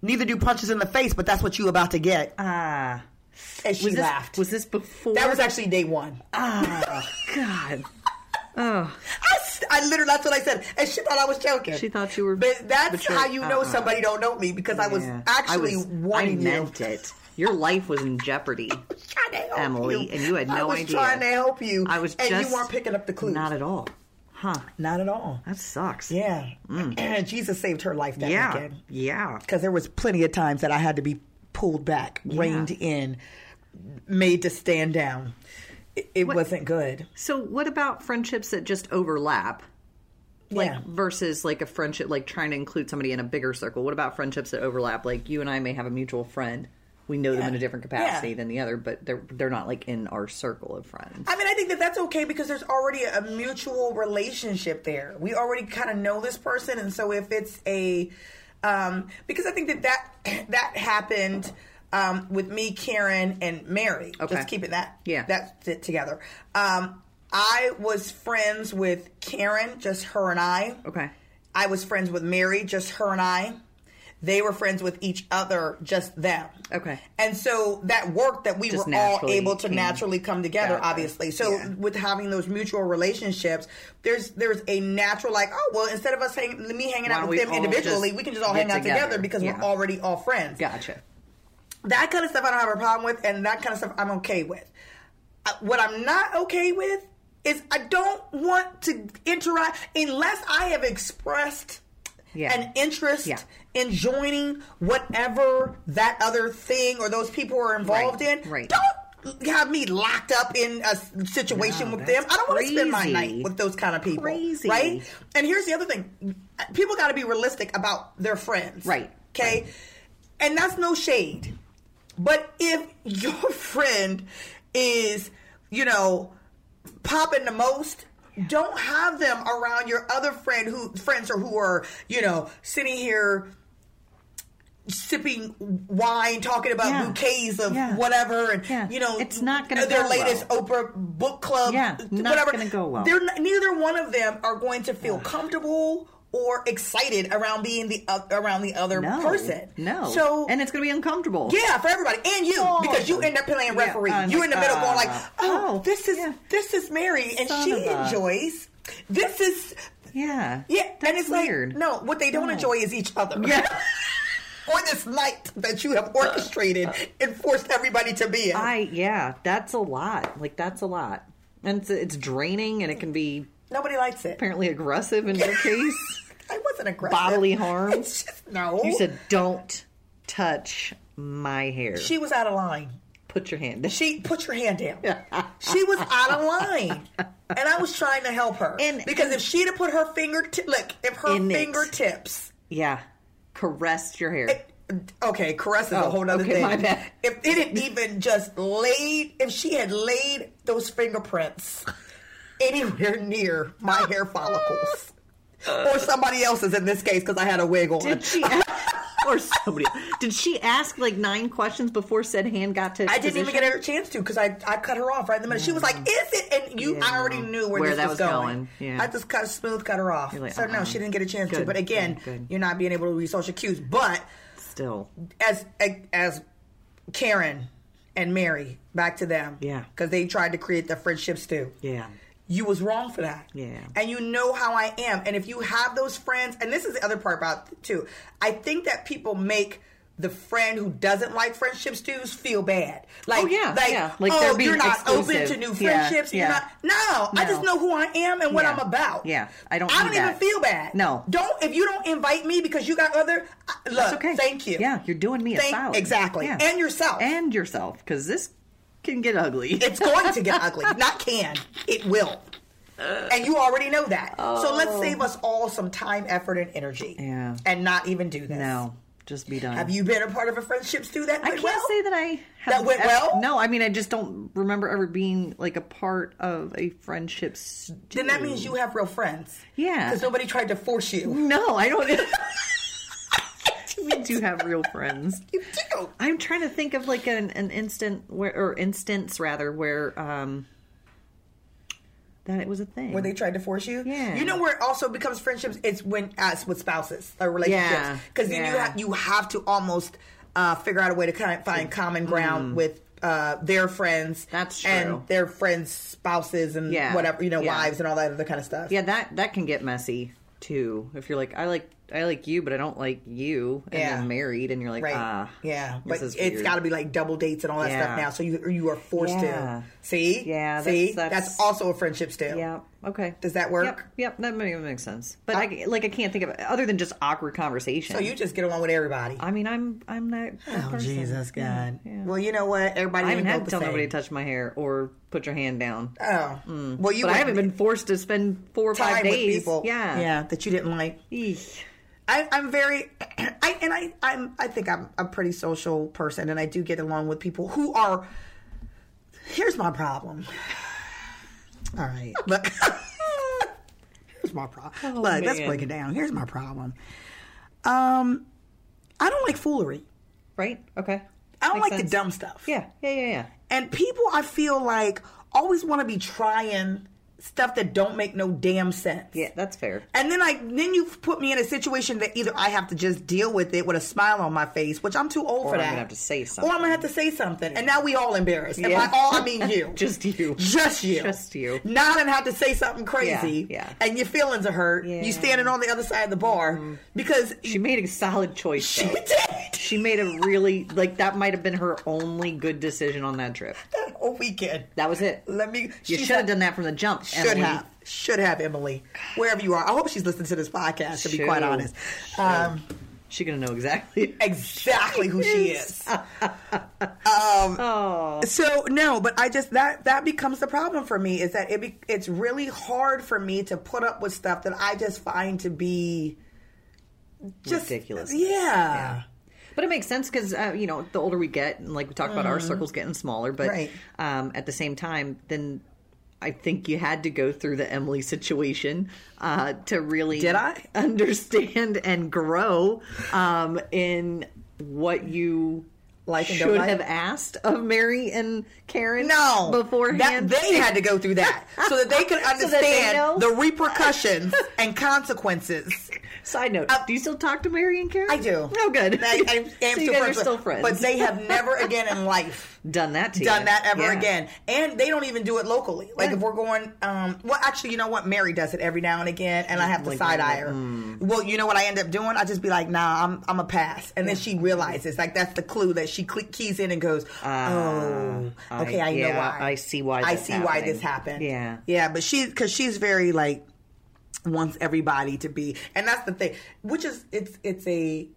Speaker 1: Neither do punches in the face, but that's what you about to get.
Speaker 2: Ah.
Speaker 1: and she
Speaker 2: Was this,
Speaker 1: laughed.
Speaker 2: was this before?
Speaker 1: that was actually day one.
Speaker 2: Ah, God. Oh,
Speaker 1: I, s- I literally that's what I said, and she thought I was joking.
Speaker 2: She thought you were
Speaker 1: But that's
Speaker 2: betrayed.
Speaker 1: how you know
Speaker 2: Uh-uh.
Speaker 1: somebody don't know me because I was
Speaker 2: yeah.
Speaker 1: actually
Speaker 2: I was-
Speaker 1: warning
Speaker 2: I meant
Speaker 1: you.
Speaker 2: it. Your life was in jeopardy.
Speaker 1: Trying to help
Speaker 2: Emily, and you had
Speaker 1: I
Speaker 2: no
Speaker 1: was
Speaker 2: idea.
Speaker 1: Trying to help you.
Speaker 2: I was
Speaker 1: and
Speaker 2: just
Speaker 1: you weren't picking up the clues.
Speaker 2: Not at all. Huh.
Speaker 1: Not at all.
Speaker 2: That sucks.
Speaker 1: Yeah. Jesus saved her life that
Speaker 2: Mm. Yeah.
Speaker 1: weekend
Speaker 2: Yeah.
Speaker 1: because there was plenty of times that I had to be pulled back, reined in, made to stand down. It, it wasn't good.
Speaker 2: So, what about friendships that just overlap
Speaker 1: yeah.
Speaker 2: versus like a friendship, like trying to include somebody in a bigger circle? What about friendships that overlap? Like you and I may have a mutual friend. We know them in a different capacity
Speaker 1: Yeah.
Speaker 2: than the other, but they're they're not like in our circle of friends.
Speaker 1: I mean, I think that that's okay because there's already a mutual relationship there. We already kind of know this person, and so if it's a, um, because I think that that that happened um, with me, Karen, and Mary.
Speaker 2: Okay.
Speaker 1: Just keeping that
Speaker 2: Yeah.
Speaker 1: that fit together. Um, I was friends with Karen, just her and I.
Speaker 2: Okay.
Speaker 1: I was friends with Mary, just her and I. They were friends with each other, just them.
Speaker 2: Okay.
Speaker 1: And so that worked that we
Speaker 2: Just
Speaker 1: were all
Speaker 2: naturally
Speaker 1: able to
Speaker 2: came.
Speaker 1: naturally come together,
Speaker 2: Gotcha.
Speaker 1: obviously. So
Speaker 2: Yeah.
Speaker 1: with having those mutual relationships, there's there's a natural like, oh well, instead of us hang, me hanging
Speaker 2: Why
Speaker 1: out
Speaker 2: don't
Speaker 1: with
Speaker 2: we
Speaker 1: them
Speaker 2: all
Speaker 1: individually,
Speaker 2: just
Speaker 1: we can just all
Speaker 2: get
Speaker 1: hang out together,
Speaker 2: together.
Speaker 1: because
Speaker 2: Yeah.
Speaker 1: we're already all friends.
Speaker 2: Gotcha.
Speaker 1: That kind of stuff I don't have a problem with, and that kind of stuff I'm okay with. I- What I'm not okay with is I don't want to interact unless I have expressed
Speaker 2: Yeah.
Speaker 1: an interest
Speaker 2: Yeah.
Speaker 1: in joining whatever that other thing or those people are involved
Speaker 2: Right,
Speaker 1: in.
Speaker 2: right.
Speaker 1: Don't have me locked up in a s- situation
Speaker 2: No,
Speaker 1: with them.
Speaker 2: that's
Speaker 1: I don't want to spend my
Speaker 2: crazy.
Speaker 1: night with those kind of people.
Speaker 2: Crazy.
Speaker 1: Right? And here's the other thing people got to be realistic about their friends.
Speaker 2: Right,
Speaker 1: Okay? And that's no shade. But if your friend is, you know, popping the most, don't have them around your other friend who friends or who are, you know, sitting here sipping wine, talking about
Speaker 2: Yeah.
Speaker 1: bouquets of
Speaker 2: Yeah.
Speaker 1: whatever, and
Speaker 2: Yeah.
Speaker 1: you know,
Speaker 2: It's not gonna
Speaker 1: their
Speaker 2: go
Speaker 1: latest
Speaker 2: well.
Speaker 1: Oprah book club,
Speaker 2: Yeah,
Speaker 1: th-
Speaker 2: not
Speaker 1: whatever.
Speaker 2: gonna go well.
Speaker 1: They're not, neither one of them are going to feel comfortable or excited around being the uh, around the other
Speaker 2: No.
Speaker 1: person.
Speaker 2: No.
Speaker 1: so
Speaker 2: and it's going to be uncomfortable.
Speaker 1: yeah, for everybody, and you
Speaker 2: Oh.
Speaker 1: because you end up playing
Speaker 2: Yeah,
Speaker 1: referee.
Speaker 2: I'm
Speaker 1: you
Speaker 2: like,
Speaker 1: in the middle going like,
Speaker 2: uh,
Speaker 1: oh,
Speaker 2: oh,
Speaker 1: this is
Speaker 2: yeah.
Speaker 1: this is Mary, and
Speaker 2: Son
Speaker 1: she
Speaker 2: of a-
Speaker 1: enjoys. This is
Speaker 2: Yeah.
Speaker 1: yeah, and
Speaker 2: That's
Speaker 1: it's
Speaker 2: weird.
Speaker 1: like no, what they don't
Speaker 2: No.
Speaker 1: enjoy is each other.
Speaker 2: Yeah.
Speaker 1: or this night that you have orchestrated and forced everybody to be in.
Speaker 2: I yeah, that's a lot. Like that's a lot, and it's, it's draining, and it can be
Speaker 1: Nobody likes it.
Speaker 2: apparently aggressive in your case.
Speaker 1: I wasn't aggressive.
Speaker 2: Bodily harm?
Speaker 1: It's just- no.
Speaker 2: You said, "Don't touch my hair."
Speaker 1: she was out of line.
Speaker 2: Put your hand.
Speaker 1: She put your hand down. she was out of line, and I was trying to help her.
Speaker 2: And-
Speaker 1: because if she'd have put her finger, look, if her
Speaker 2: In it.
Speaker 1: fingertips,
Speaker 2: yeah. Caressed your hair.
Speaker 1: okay, caress is a
Speaker 2: Oh,
Speaker 1: whole nother
Speaker 2: okay,
Speaker 1: thing.
Speaker 2: my bad.
Speaker 1: If it had even just laid, if she had laid those fingerprints anywhere near my hair follicles. Or somebody else's in this case because I had a wig on.
Speaker 2: Did she? or somebody? Did she ask like nine questions before said hand got to?
Speaker 1: I didn't even get her a chance to because I, I cut her off right in the middle. She was like, "Is it?" And you, I
Speaker 2: Yeah.
Speaker 1: already knew where,
Speaker 2: Where
Speaker 1: this
Speaker 2: that
Speaker 1: was
Speaker 2: was
Speaker 1: going.
Speaker 2: going, yeah.
Speaker 1: I just cut smooth, cut her off.
Speaker 2: like,
Speaker 1: so no,
Speaker 2: uh-uh.
Speaker 1: she didn't get a chance to.
Speaker 2: Good,
Speaker 1: But again,
Speaker 2: good, good.
Speaker 1: you're not being able to use social cues. But
Speaker 2: Still,
Speaker 1: as as Karen and Mary, back to them,
Speaker 2: Yeah.
Speaker 1: because they tried to create the friendships too.
Speaker 2: yeah.
Speaker 1: You was wrong for that.
Speaker 2: Yeah.
Speaker 1: And you know how I am. And if you have those friends, and this is the other part about it, too. I think that people make the friend who doesn't like friendships dues feel bad. Like,
Speaker 2: Oh, yeah,
Speaker 1: like,
Speaker 2: yeah. Like, they're
Speaker 1: oh,
Speaker 2: being
Speaker 1: you're not open to
Speaker 2: exclusive.
Speaker 1: new
Speaker 2: Yeah,
Speaker 1: friendships.
Speaker 2: yeah.
Speaker 1: You're not. No, I
Speaker 2: No.
Speaker 1: just know who I am and what
Speaker 2: Yeah.
Speaker 1: I'm about.
Speaker 2: Yeah, I don't
Speaker 1: I don't
Speaker 2: need
Speaker 1: even
Speaker 2: that.
Speaker 1: feel bad.
Speaker 2: No.
Speaker 1: Don't if you don't invite me because you got other. I- Look,
Speaker 2: It's okay.
Speaker 1: thank you.
Speaker 2: Yeah, you're doing me a
Speaker 1: Thank-
Speaker 2: solid.
Speaker 1: exactly.
Speaker 2: Yeah.
Speaker 1: And yourself.
Speaker 2: And yourself, because this can get ugly.
Speaker 1: It's going to get ugly. Not can. It will. And you already know that. So let's save us all some time, effort, and energy.
Speaker 2: Oh. Yeah.
Speaker 1: And not even do this.
Speaker 2: no, just be done.
Speaker 1: Have you been a part of a friendship through that?
Speaker 2: I
Speaker 1: went
Speaker 2: can't
Speaker 1: well?
Speaker 2: say that I have,
Speaker 1: That went well?
Speaker 2: No, I mean I just don't remember ever being like a part of a friendship. Stew.
Speaker 1: Then that means you have real friends.
Speaker 2: Yeah. Mm.
Speaker 1: Because nobody tried to force you.
Speaker 2: No, I don't. we do have real friends.
Speaker 1: You do.
Speaker 2: I'm trying to think of like an, an instant where or instance rather where um that it was a thing.
Speaker 1: When they tried to force you,
Speaker 2: Yeah.
Speaker 1: You know where it also becomes friendships. It's when as with spouses or relationships,
Speaker 2: Yeah.
Speaker 1: because then you
Speaker 2: Yeah.
Speaker 1: have you have to almost uh, figure out a way to kind of find common ground with uh, their friends.
Speaker 2: Mm. That's true.
Speaker 1: And their friends' spouses and
Speaker 2: Yeah.
Speaker 1: whatever you know,
Speaker 2: Yeah.
Speaker 1: wives and all that other kind of stuff.
Speaker 2: yeah, that that can get messy too. If you're like I like I like you, but I don't like you, and
Speaker 1: Yeah.
Speaker 2: then married, and you're like
Speaker 1: Right.
Speaker 2: ah
Speaker 1: yeah.
Speaker 2: this
Speaker 1: But
Speaker 2: is
Speaker 1: it's
Speaker 2: weird.
Speaker 1: got to be like double dates and all that stuff
Speaker 2: Yeah.
Speaker 1: now. So you you are forced
Speaker 2: Yeah.
Speaker 1: to see.
Speaker 2: Yeah, that's-
Speaker 1: See, that's,
Speaker 2: that's-
Speaker 1: also a friendship still.
Speaker 2: yeah okay.
Speaker 1: Does that work?
Speaker 2: Yep, yep, that ma- makes sense. But I like I can't think of other than just awkward conversation.
Speaker 1: So you Oh, just get along with everybody.
Speaker 2: I mean, I'm I'm that. that person.
Speaker 1: God.
Speaker 2: yeah.
Speaker 1: Well, you know what? Everybody.
Speaker 2: I
Speaker 1: ain't
Speaker 2: haven't had
Speaker 1: built
Speaker 2: to
Speaker 1: the
Speaker 2: tell
Speaker 1: same.
Speaker 2: nobody to touch my hair or put your hand down.
Speaker 1: Oh, well, you
Speaker 2: Mm. But I
Speaker 1: wouldn't
Speaker 2: haven't been forced to spend four or
Speaker 1: time
Speaker 2: five days.
Speaker 1: with people,
Speaker 2: Yeah,
Speaker 1: yeah, that you didn't like.
Speaker 2: Eesh.
Speaker 1: I, I'm very, I and I, I'm, I think I'm a pretty social person, and I do get along with people who are. Here's my problem. All right, look. here's my problem. look, let's
Speaker 2: Oh, man.
Speaker 1: break it down. Here's my problem. Um, I don't like foolery.
Speaker 2: Right? Okay.
Speaker 1: I don't
Speaker 2: Makes
Speaker 1: like
Speaker 2: sense.
Speaker 1: the dumb stuff.
Speaker 2: Yeah, yeah, yeah, yeah.
Speaker 1: And people, I feel like, always want to be trying stuff that don't make no damn sense.
Speaker 2: Yeah, that's fair.
Speaker 1: And then I then you put me in a situation that either I have to just deal with it with a smile on my face, which I'm too old for
Speaker 2: I'm
Speaker 1: that.
Speaker 2: gonna have to say
Speaker 1: Or I'm
Speaker 2: something.
Speaker 1: gonna have to say something. And now we all embarrassed. And
Speaker 2: Yeah.
Speaker 1: by all I mean you.
Speaker 2: Just you.
Speaker 1: Just you.
Speaker 2: Just you.
Speaker 1: Now I done have to say something crazy.
Speaker 2: Yeah, yeah.
Speaker 1: And your feelings are hurt.
Speaker 2: Yeah. Mm-hmm.
Speaker 1: You standing on the other side of the bar because
Speaker 2: She made a solid choice.
Speaker 1: she
Speaker 2: though.
Speaker 1: did
Speaker 2: She made a really like that might have been her only good decision on that trip.
Speaker 1: that whole weekend.
Speaker 2: That was it.
Speaker 1: Let me
Speaker 2: You
Speaker 1: she's
Speaker 2: should have
Speaker 1: like-
Speaker 2: done that from the jump.
Speaker 1: Should
Speaker 2: Emily.
Speaker 1: have. Should have, Emily. Wherever you are. I hope she's listening to this podcast, to be quite
Speaker 2: Should.
Speaker 1: honest.
Speaker 2: Should.
Speaker 1: Um,
Speaker 2: She gonna know exactly.
Speaker 1: exactly who she is. Um,
Speaker 2: Oh,
Speaker 1: So no, but I just that that becomes the problem for me is that it be, it's really hard for me to put up with stuff that I just find to be just
Speaker 2: Ridiculousness.
Speaker 1: Yeah.
Speaker 2: But it makes sense because uh, you know the older we get, and like we talked about, our circles getting smaller. But
Speaker 1: Mm-hmm. Right.
Speaker 2: um, at the same time, then I think you had to go through the Emily situation uh, to really
Speaker 1: Did I?
Speaker 2: understand and grow um, in what you
Speaker 1: Like and don't
Speaker 2: should
Speaker 1: like?
Speaker 2: have asked of Mary and Karen.
Speaker 1: No,
Speaker 2: beforehand.
Speaker 1: that, they had to go through that so that they could
Speaker 2: So that
Speaker 1: understand
Speaker 2: they know?
Speaker 1: the repercussions and consequences.
Speaker 2: Side note: Do you still talk to Mary and Karen?
Speaker 1: Uh, I do.
Speaker 2: Oh, good.
Speaker 1: I, I am
Speaker 2: so
Speaker 1: still
Speaker 2: you guys are
Speaker 1: friends with-
Speaker 2: still friends,
Speaker 1: but they have never again in life
Speaker 2: done that to
Speaker 1: done
Speaker 2: you.
Speaker 1: that ever
Speaker 2: Yeah.
Speaker 1: again. And they don't even do it locally. Like
Speaker 2: Yeah.
Speaker 1: if we're going, um, well, actually, you know what? Mary does it every now and again, and I have to side eye her.
Speaker 2: mm.
Speaker 1: Well, you know what I end up doing? I just be like, nah, I'm I'm a pass, and then she realizes like that's the clue that she cle keys in and goes, oh,
Speaker 2: Ah, I-
Speaker 1: okay, I, know
Speaker 2: yeah,
Speaker 1: why.
Speaker 2: I see why
Speaker 1: I
Speaker 2: that's
Speaker 1: see why this happened.
Speaker 2: happening. Yeah.
Speaker 1: yeah, but she because she's very like wants everybody to be, and that's the thing, which is it's it's a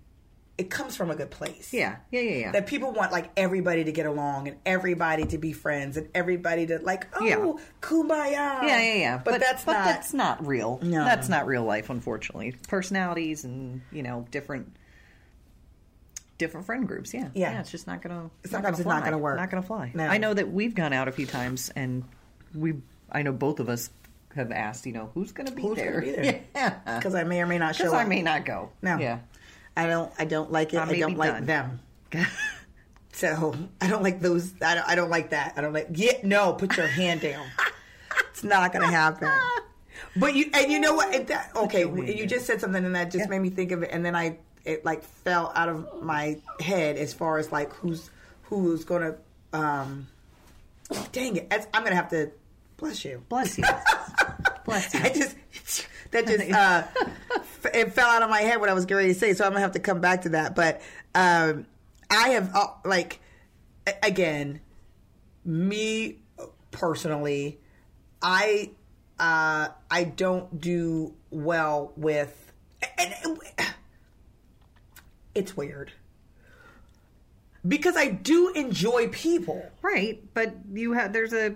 Speaker 1: it comes from a good place.
Speaker 2: Yeah, yeah, yeah, yeah.
Speaker 1: That people want like everybody to get along and everybody to be friends and everybody to like oh
Speaker 2: Yeah.
Speaker 1: kumbaya.
Speaker 2: yeah, yeah, yeah.
Speaker 1: Um, But, that's
Speaker 2: but
Speaker 1: not
Speaker 2: that's not real.
Speaker 1: No.
Speaker 2: that's not real life, unfortunately. Personalities and you know different different friend groups. Yeah,
Speaker 1: Yeah.
Speaker 2: It's just not gonna.
Speaker 1: Sometimes it's not
Speaker 2: fly.
Speaker 1: gonna work.
Speaker 2: Not gonna fly.
Speaker 1: No.
Speaker 2: I know that we've gone out a few times, and we. I know both of us have asked. You know, who's gonna be
Speaker 1: Who's gonna
Speaker 2: there?
Speaker 1: be there?
Speaker 2: Yeah,
Speaker 1: because I may or may not show
Speaker 2: because
Speaker 1: up.
Speaker 2: uh, I may not go.
Speaker 1: no,
Speaker 2: Yeah.
Speaker 1: I don't. I don't like it.
Speaker 2: I
Speaker 1: I,
Speaker 2: may be
Speaker 1: don't like
Speaker 2: done.
Speaker 1: them. So I don't like those. I don't, I don't like that. I don't like. Yeah, no. Put your hand down. It's not gonna happen. But you and you know what? It, that, okay,
Speaker 2: hand
Speaker 1: you
Speaker 2: down.
Speaker 1: just said something, and that just
Speaker 2: Yeah.
Speaker 1: made me think of it. And then I it like fell out of my head as far as like who's who's gonna. um Dang it! That's, I'm gonna have to bless you.
Speaker 2: Bless you. Bless you.
Speaker 1: I just that just uh, f- it fell out of my head what I was going to say, so I'm gonna have to come back to that. But um, I have uh, like a- again, me personally, I uh, I don't do well with, and and- it's weird because I do enjoy people.
Speaker 2: Right, but you have there's a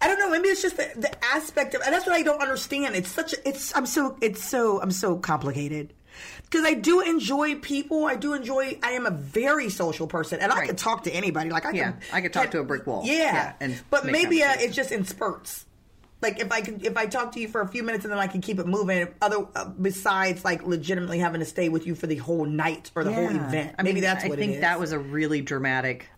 Speaker 1: I don't know. Maybe it's just the, the aspect of, and that's what I don't understand. It's such a, it's, I'm so, it's so, I'm so complicated. Because I do enjoy people. I do enjoy, I am a very social person and I
Speaker 2: Right.
Speaker 1: can talk to anybody. Like I
Speaker 2: Yeah,
Speaker 1: can,
Speaker 2: I could talk to a brick wall.
Speaker 1: Yeah.
Speaker 2: Yeah, and
Speaker 1: but
Speaker 2: make
Speaker 1: maybe uh,
Speaker 2: conversation.
Speaker 1: it's just in spurts. Like if I can, if I talk to you for a few minutes and then I can keep it moving. Other uh, besides, like legitimately having to stay with you for the whole night or the whole
Speaker 2: Yeah.
Speaker 1: event.
Speaker 2: I
Speaker 1: Maybe
Speaker 2: mean,
Speaker 1: that's
Speaker 2: I
Speaker 1: what it
Speaker 2: think
Speaker 1: is.
Speaker 2: that was a really dramatic.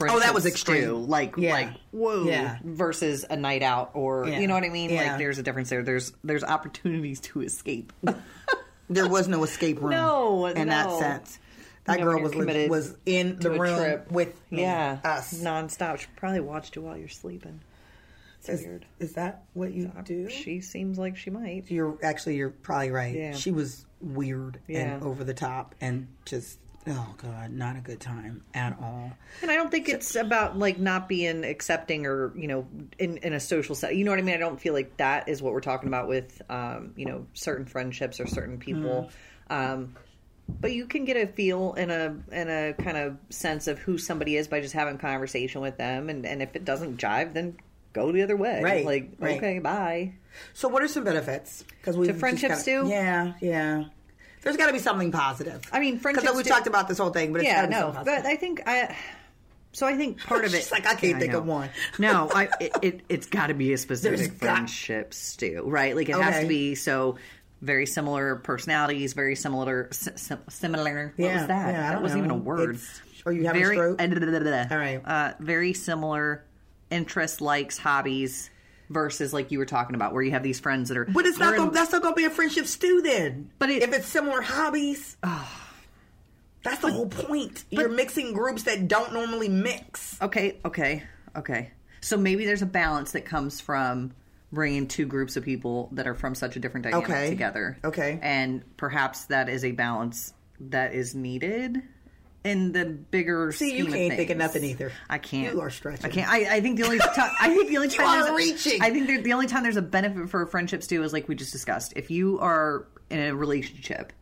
Speaker 1: Oh, that was
Speaker 2: friendship stew.
Speaker 1: extreme.
Speaker 2: Like,
Speaker 1: Yeah.
Speaker 2: like, whoa,
Speaker 1: Yeah.
Speaker 2: versus a night out, or
Speaker 1: Yeah.
Speaker 2: you know what I mean.
Speaker 1: Yeah.
Speaker 2: Like, there's a difference there. There's there's opportunities to escape.
Speaker 1: There was no escape room.
Speaker 2: No,
Speaker 1: in that
Speaker 2: no.
Speaker 1: sense, that
Speaker 2: No,
Speaker 1: girl
Speaker 2: you're
Speaker 1: was legit,
Speaker 2: committed
Speaker 1: was in the
Speaker 2: to a
Speaker 1: room
Speaker 2: trip.
Speaker 1: with me,
Speaker 2: yeah,
Speaker 1: us.
Speaker 2: nonstop. She probably watched you while you're sleeping. It's
Speaker 1: is,
Speaker 2: weird.
Speaker 1: is that what you do?
Speaker 2: She seems like she might.
Speaker 1: You're actually you're probably right.
Speaker 2: Yeah.
Speaker 1: She was weird
Speaker 2: Yeah.
Speaker 1: and over the top and just oh god, not a good time at all.
Speaker 2: And I don't think it's about like not being accepting or you know in in a social set. You know what I mean? I don't feel like that is what we're talking about with um, you know certain friendships or certain people.
Speaker 1: Mm-hmm.
Speaker 2: Um, but you can get a feel and a and a kind of sense of who somebody is by just having conversation with them. And and if it doesn't jive, then go the other way.
Speaker 1: Right,
Speaker 2: Like
Speaker 1: right.
Speaker 2: okay, bye.
Speaker 1: So what are some benefits? Because we
Speaker 2: To friendships
Speaker 1: kinda,
Speaker 2: too?
Speaker 1: Yeah, yeah. There's got to be something positive.
Speaker 2: I mean, friendships
Speaker 1: because we
Speaker 2: too-
Speaker 1: talked about this whole thing, but it's
Speaker 2: yeah,
Speaker 1: gotta be
Speaker 2: no.
Speaker 1: something positive.
Speaker 2: But I think I. So I think part of it.
Speaker 1: She's like, "I can't think
Speaker 2: know.
Speaker 1: of one."
Speaker 2: no, I it, it it's got to be a
Speaker 1: There's got-
Speaker 2: specific friendship, Stu. Right? Like it has
Speaker 1: Okay.
Speaker 2: to be so very similar personalities, very similar si- sim- similar. What
Speaker 1: Yeah,
Speaker 2: was that?
Speaker 1: yeah, I
Speaker 2: that
Speaker 1: don't
Speaker 2: wasn't
Speaker 1: know.
Speaker 2: even a word.
Speaker 1: It's- are you having a
Speaker 2: very,
Speaker 1: stroke?
Speaker 2: uh, da- da- da- da- da.
Speaker 1: All right.
Speaker 2: Uh, very similar interests, likes, hobbies. Versus, like you were talking about, where you have these friends that are.
Speaker 1: But it's not.
Speaker 2: we're in-
Speaker 1: Gonna, that's not going to be a friendship stew then.
Speaker 2: But it- Ah.
Speaker 1: if it's similar hobbies, that's the whole point. You're mixing groups that don't normally mix.
Speaker 2: Okay, okay, okay. So maybe there's a balance that comes from bringing two groups of people that are from such a different dynamic
Speaker 1: Okay,
Speaker 2: together.
Speaker 1: okay.
Speaker 2: And perhaps that is a balance that is needed in the bigger
Speaker 1: See, you
Speaker 2: scheme
Speaker 1: can't think of
Speaker 2: things.
Speaker 1: nothing either.
Speaker 2: I can't.
Speaker 1: You are stretching.
Speaker 2: I can't. I, I think the only time. I think the only time.
Speaker 1: are
Speaker 2: there's a-
Speaker 1: reaching.
Speaker 2: I think there, the only time there's a benefit for friendships too is like we just discussed. If you are in a relationship.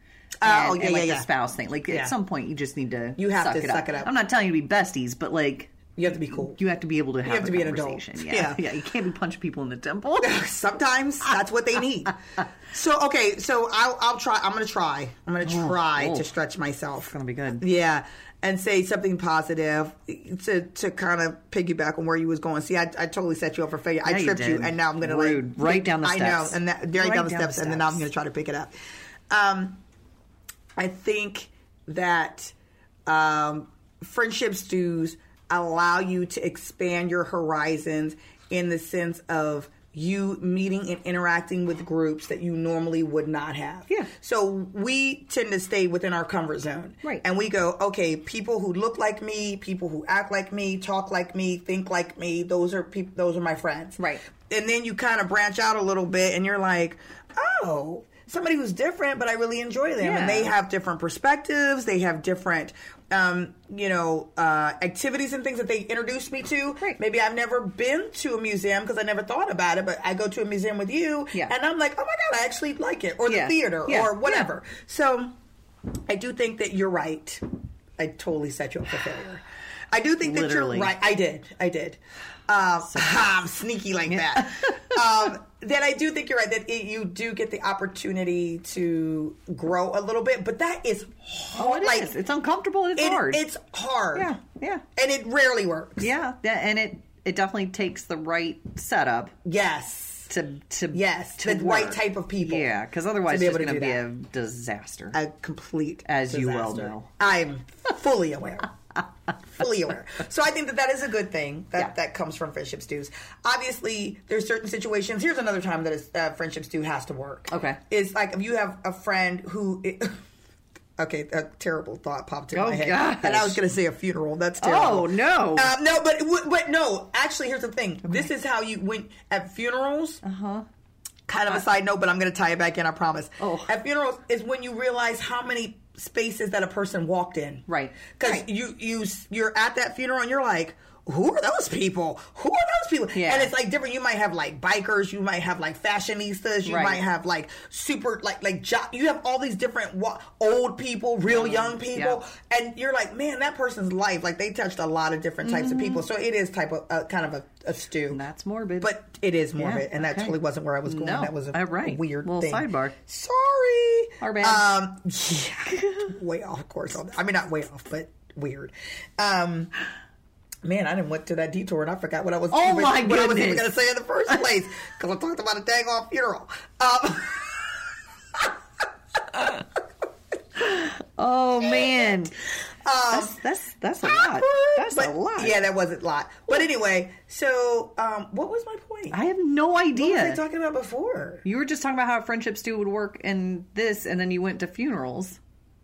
Speaker 1: Oh,
Speaker 2: and-
Speaker 1: yeah,
Speaker 2: and like
Speaker 1: yeah,
Speaker 2: the
Speaker 1: yeah.
Speaker 2: spouse thing. Like
Speaker 1: Yeah.
Speaker 2: at some point, you just need to
Speaker 1: You have
Speaker 2: suck
Speaker 1: to
Speaker 2: it
Speaker 1: suck it up.
Speaker 2: I'm not telling you to be besties, but like
Speaker 1: You have to be cool.
Speaker 2: you have to be able to have,
Speaker 1: have
Speaker 2: a
Speaker 1: to be an adult.
Speaker 2: conversation. Yeah.
Speaker 1: Yeah.
Speaker 2: yeah, You can't be punching people in the temple.
Speaker 1: Sometimes that's what they need. So okay, so I'll, I'll try. I'm going to try. I'm going to try
Speaker 2: oh.
Speaker 1: to stretch myself.
Speaker 2: gonna be good.
Speaker 1: Yeah, and say something positive to to kind of piggyback on where you was going. See, I, I totally set you up for failure. I
Speaker 2: you
Speaker 1: tripped you,
Speaker 2: did.
Speaker 1: and now I'm gonna
Speaker 2: Rude.
Speaker 1: like
Speaker 2: Right down the
Speaker 1: I know,
Speaker 2: steps.
Speaker 1: and that, right,
Speaker 2: Right
Speaker 1: down the
Speaker 2: down the
Speaker 1: steps, and then now I'm
Speaker 2: steps.
Speaker 1: gonna try to pick it up. Um, I think that um, friendship stews allow you to expand your horizons in the sense of you meeting and interacting with groups that you normally would not have.
Speaker 2: Yeah.
Speaker 1: So we tend to stay within our comfort zone.
Speaker 2: Right.
Speaker 1: And we go, okay, people who look like me, people who act like me, talk like me, think like me, those are people those are my friends.
Speaker 2: Right.
Speaker 1: And then you kind of branch out a little bit and you're like, oh, somebody who's different, but I really enjoy them. And they
Speaker 2: Yeah.
Speaker 1: have different perspectives, they have different um, you know, uh, activities and things that they introduced me to.
Speaker 2: Right.
Speaker 1: Maybe I've never been to a museum because I never thought about it, but I go to a museum with you
Speaker 2: Yeah.
Speaker 1: and I'm like, oh my God, I actually like it. Or the
Speaker 2: Yeah.
Speaker 1: theater
Speaker 2: Yeah.
Speaker 1: or whatever. So I do think that you're right. I totally set you up for failure. I do think that
Speaker 2: Literally.
Speaker 1: you're right. I did. I did. Um, I'm sneaky like that. um, that I do think you're right. That it, you do get the opportunity to grow a little bit, but that is hard.
Speaker 2: Oh, it is.
Speaker 1: like,
Speaker 2: It's uncomfortable and it's
Speaker 1: it-
Speaker 2: hard.
Speaker 1: It's hard.
Speaker 2: Yeah, yeah.
Speaker 1: And it rarely works.
Speaker 2: yeah, yeah, and it it definitely takes the right setup
Speaker 1: Yes.
Speaker 2: to to
Speaker 1: Yes.
Speaker 2: to
Speaker 1: the right
Speaker 2: work.
Speaker 1: type of people.
Speaker 2: Yeah, because otherwise
Speaker 1: to be
Speaker 2: it's
Speaker 1: able to
Speaker 2: going to be
Speaker 1: do Uh,
Speaker 2: a disaster.
Speaker 1: a complete
Speaker 2: As you well
Speaker 1: disaster.
Speaker 2: know.
Speaker 1: i'm fully aware fully aware so i think that that is a good thing that
Speaker 2: Yeah.
Speaker 1: that comes from friendship stews obviously there's certain situations here's another time that a uh, friendship stew has to work
Speaker 2: Okay.
Speaker 1: it's like if you have a friend who okay a terrible thought popped in
Speaker 2: Oh,
Speaker 1: my head
Speaker 2: gosh.
Speaker 1: and i was going to say a funeral that's terrible
Speaker 2: oh no!
Speaker 1: um, no, but w- but no. Actually, here's the thing. This is how you went at funerals.
Speaker 2: Uh-huh.
Speaker 1: Uh huh. Kind of a side note, but I'm going to tie it back in. I promise.
Speaker 2: Oh.
Speaker 1: At funerals is when you realize how many spaces that a person walked in.
Speaker 2: Right.
Speaker 1: Because
Speaker 2: Right.
Speaker 1: you you s- you're at that funeral and you're like. Who are those people? Who are those people?
Speaker 2: Yeah.
Speaker 1: And it's like different. You might have like bikers, you might have like fashionistas, you
Speaker 2: Right.
Speaker 1: might have like super like like jo- you have all these different wa- old people, real young people, and you're like, man, that person's life, like they touched a lot of different types of people. So it is type of uh, kind of a, a stew.
Speaker 2: Mm-hmm. That's morbid.
Speaker 1: but it is morbid,
Speaker 2: Yeah,
Speaker 1: and that
Speaker 2: okay.
Speaker 1: totally wasn't where I was going.
Speaker 2: No,
Speaker 1: That was a
Speaker 2: all right.
Speaker 1: weird
Speaker 2: Little
Speaker 1: thing.
Speaker 2: sidebar.
Speaker 1: Sorry,
Speaker 2: Our bad.
Speaker 1: Um, yeah, way off of course. on that. I mean, not way off, but weird. Um, man, I didn't went to that detour, and I forgot what I was.
Speaker 2: Oh,
Speaker 1: even-
Speaker 2: my
Speaker 1: what I was even
Speaker 2: goodness.
Speaker 1: going to say in the first place because I talked about a dang off funeral. Um,
Speaker 2: oh man, that's, that's that's a lot. That's
Speaker 1: uh, but,
Speaker 2: a lot.
Speaker 1: Yeah, that wasn't a lot. But anyway, so um, what was my point?
Speaker 2: I have no idea.
Speaker 1: What was I talking about before?
Speaker 2: You were just talking about how friendships do would work in this, and then you went to funerals.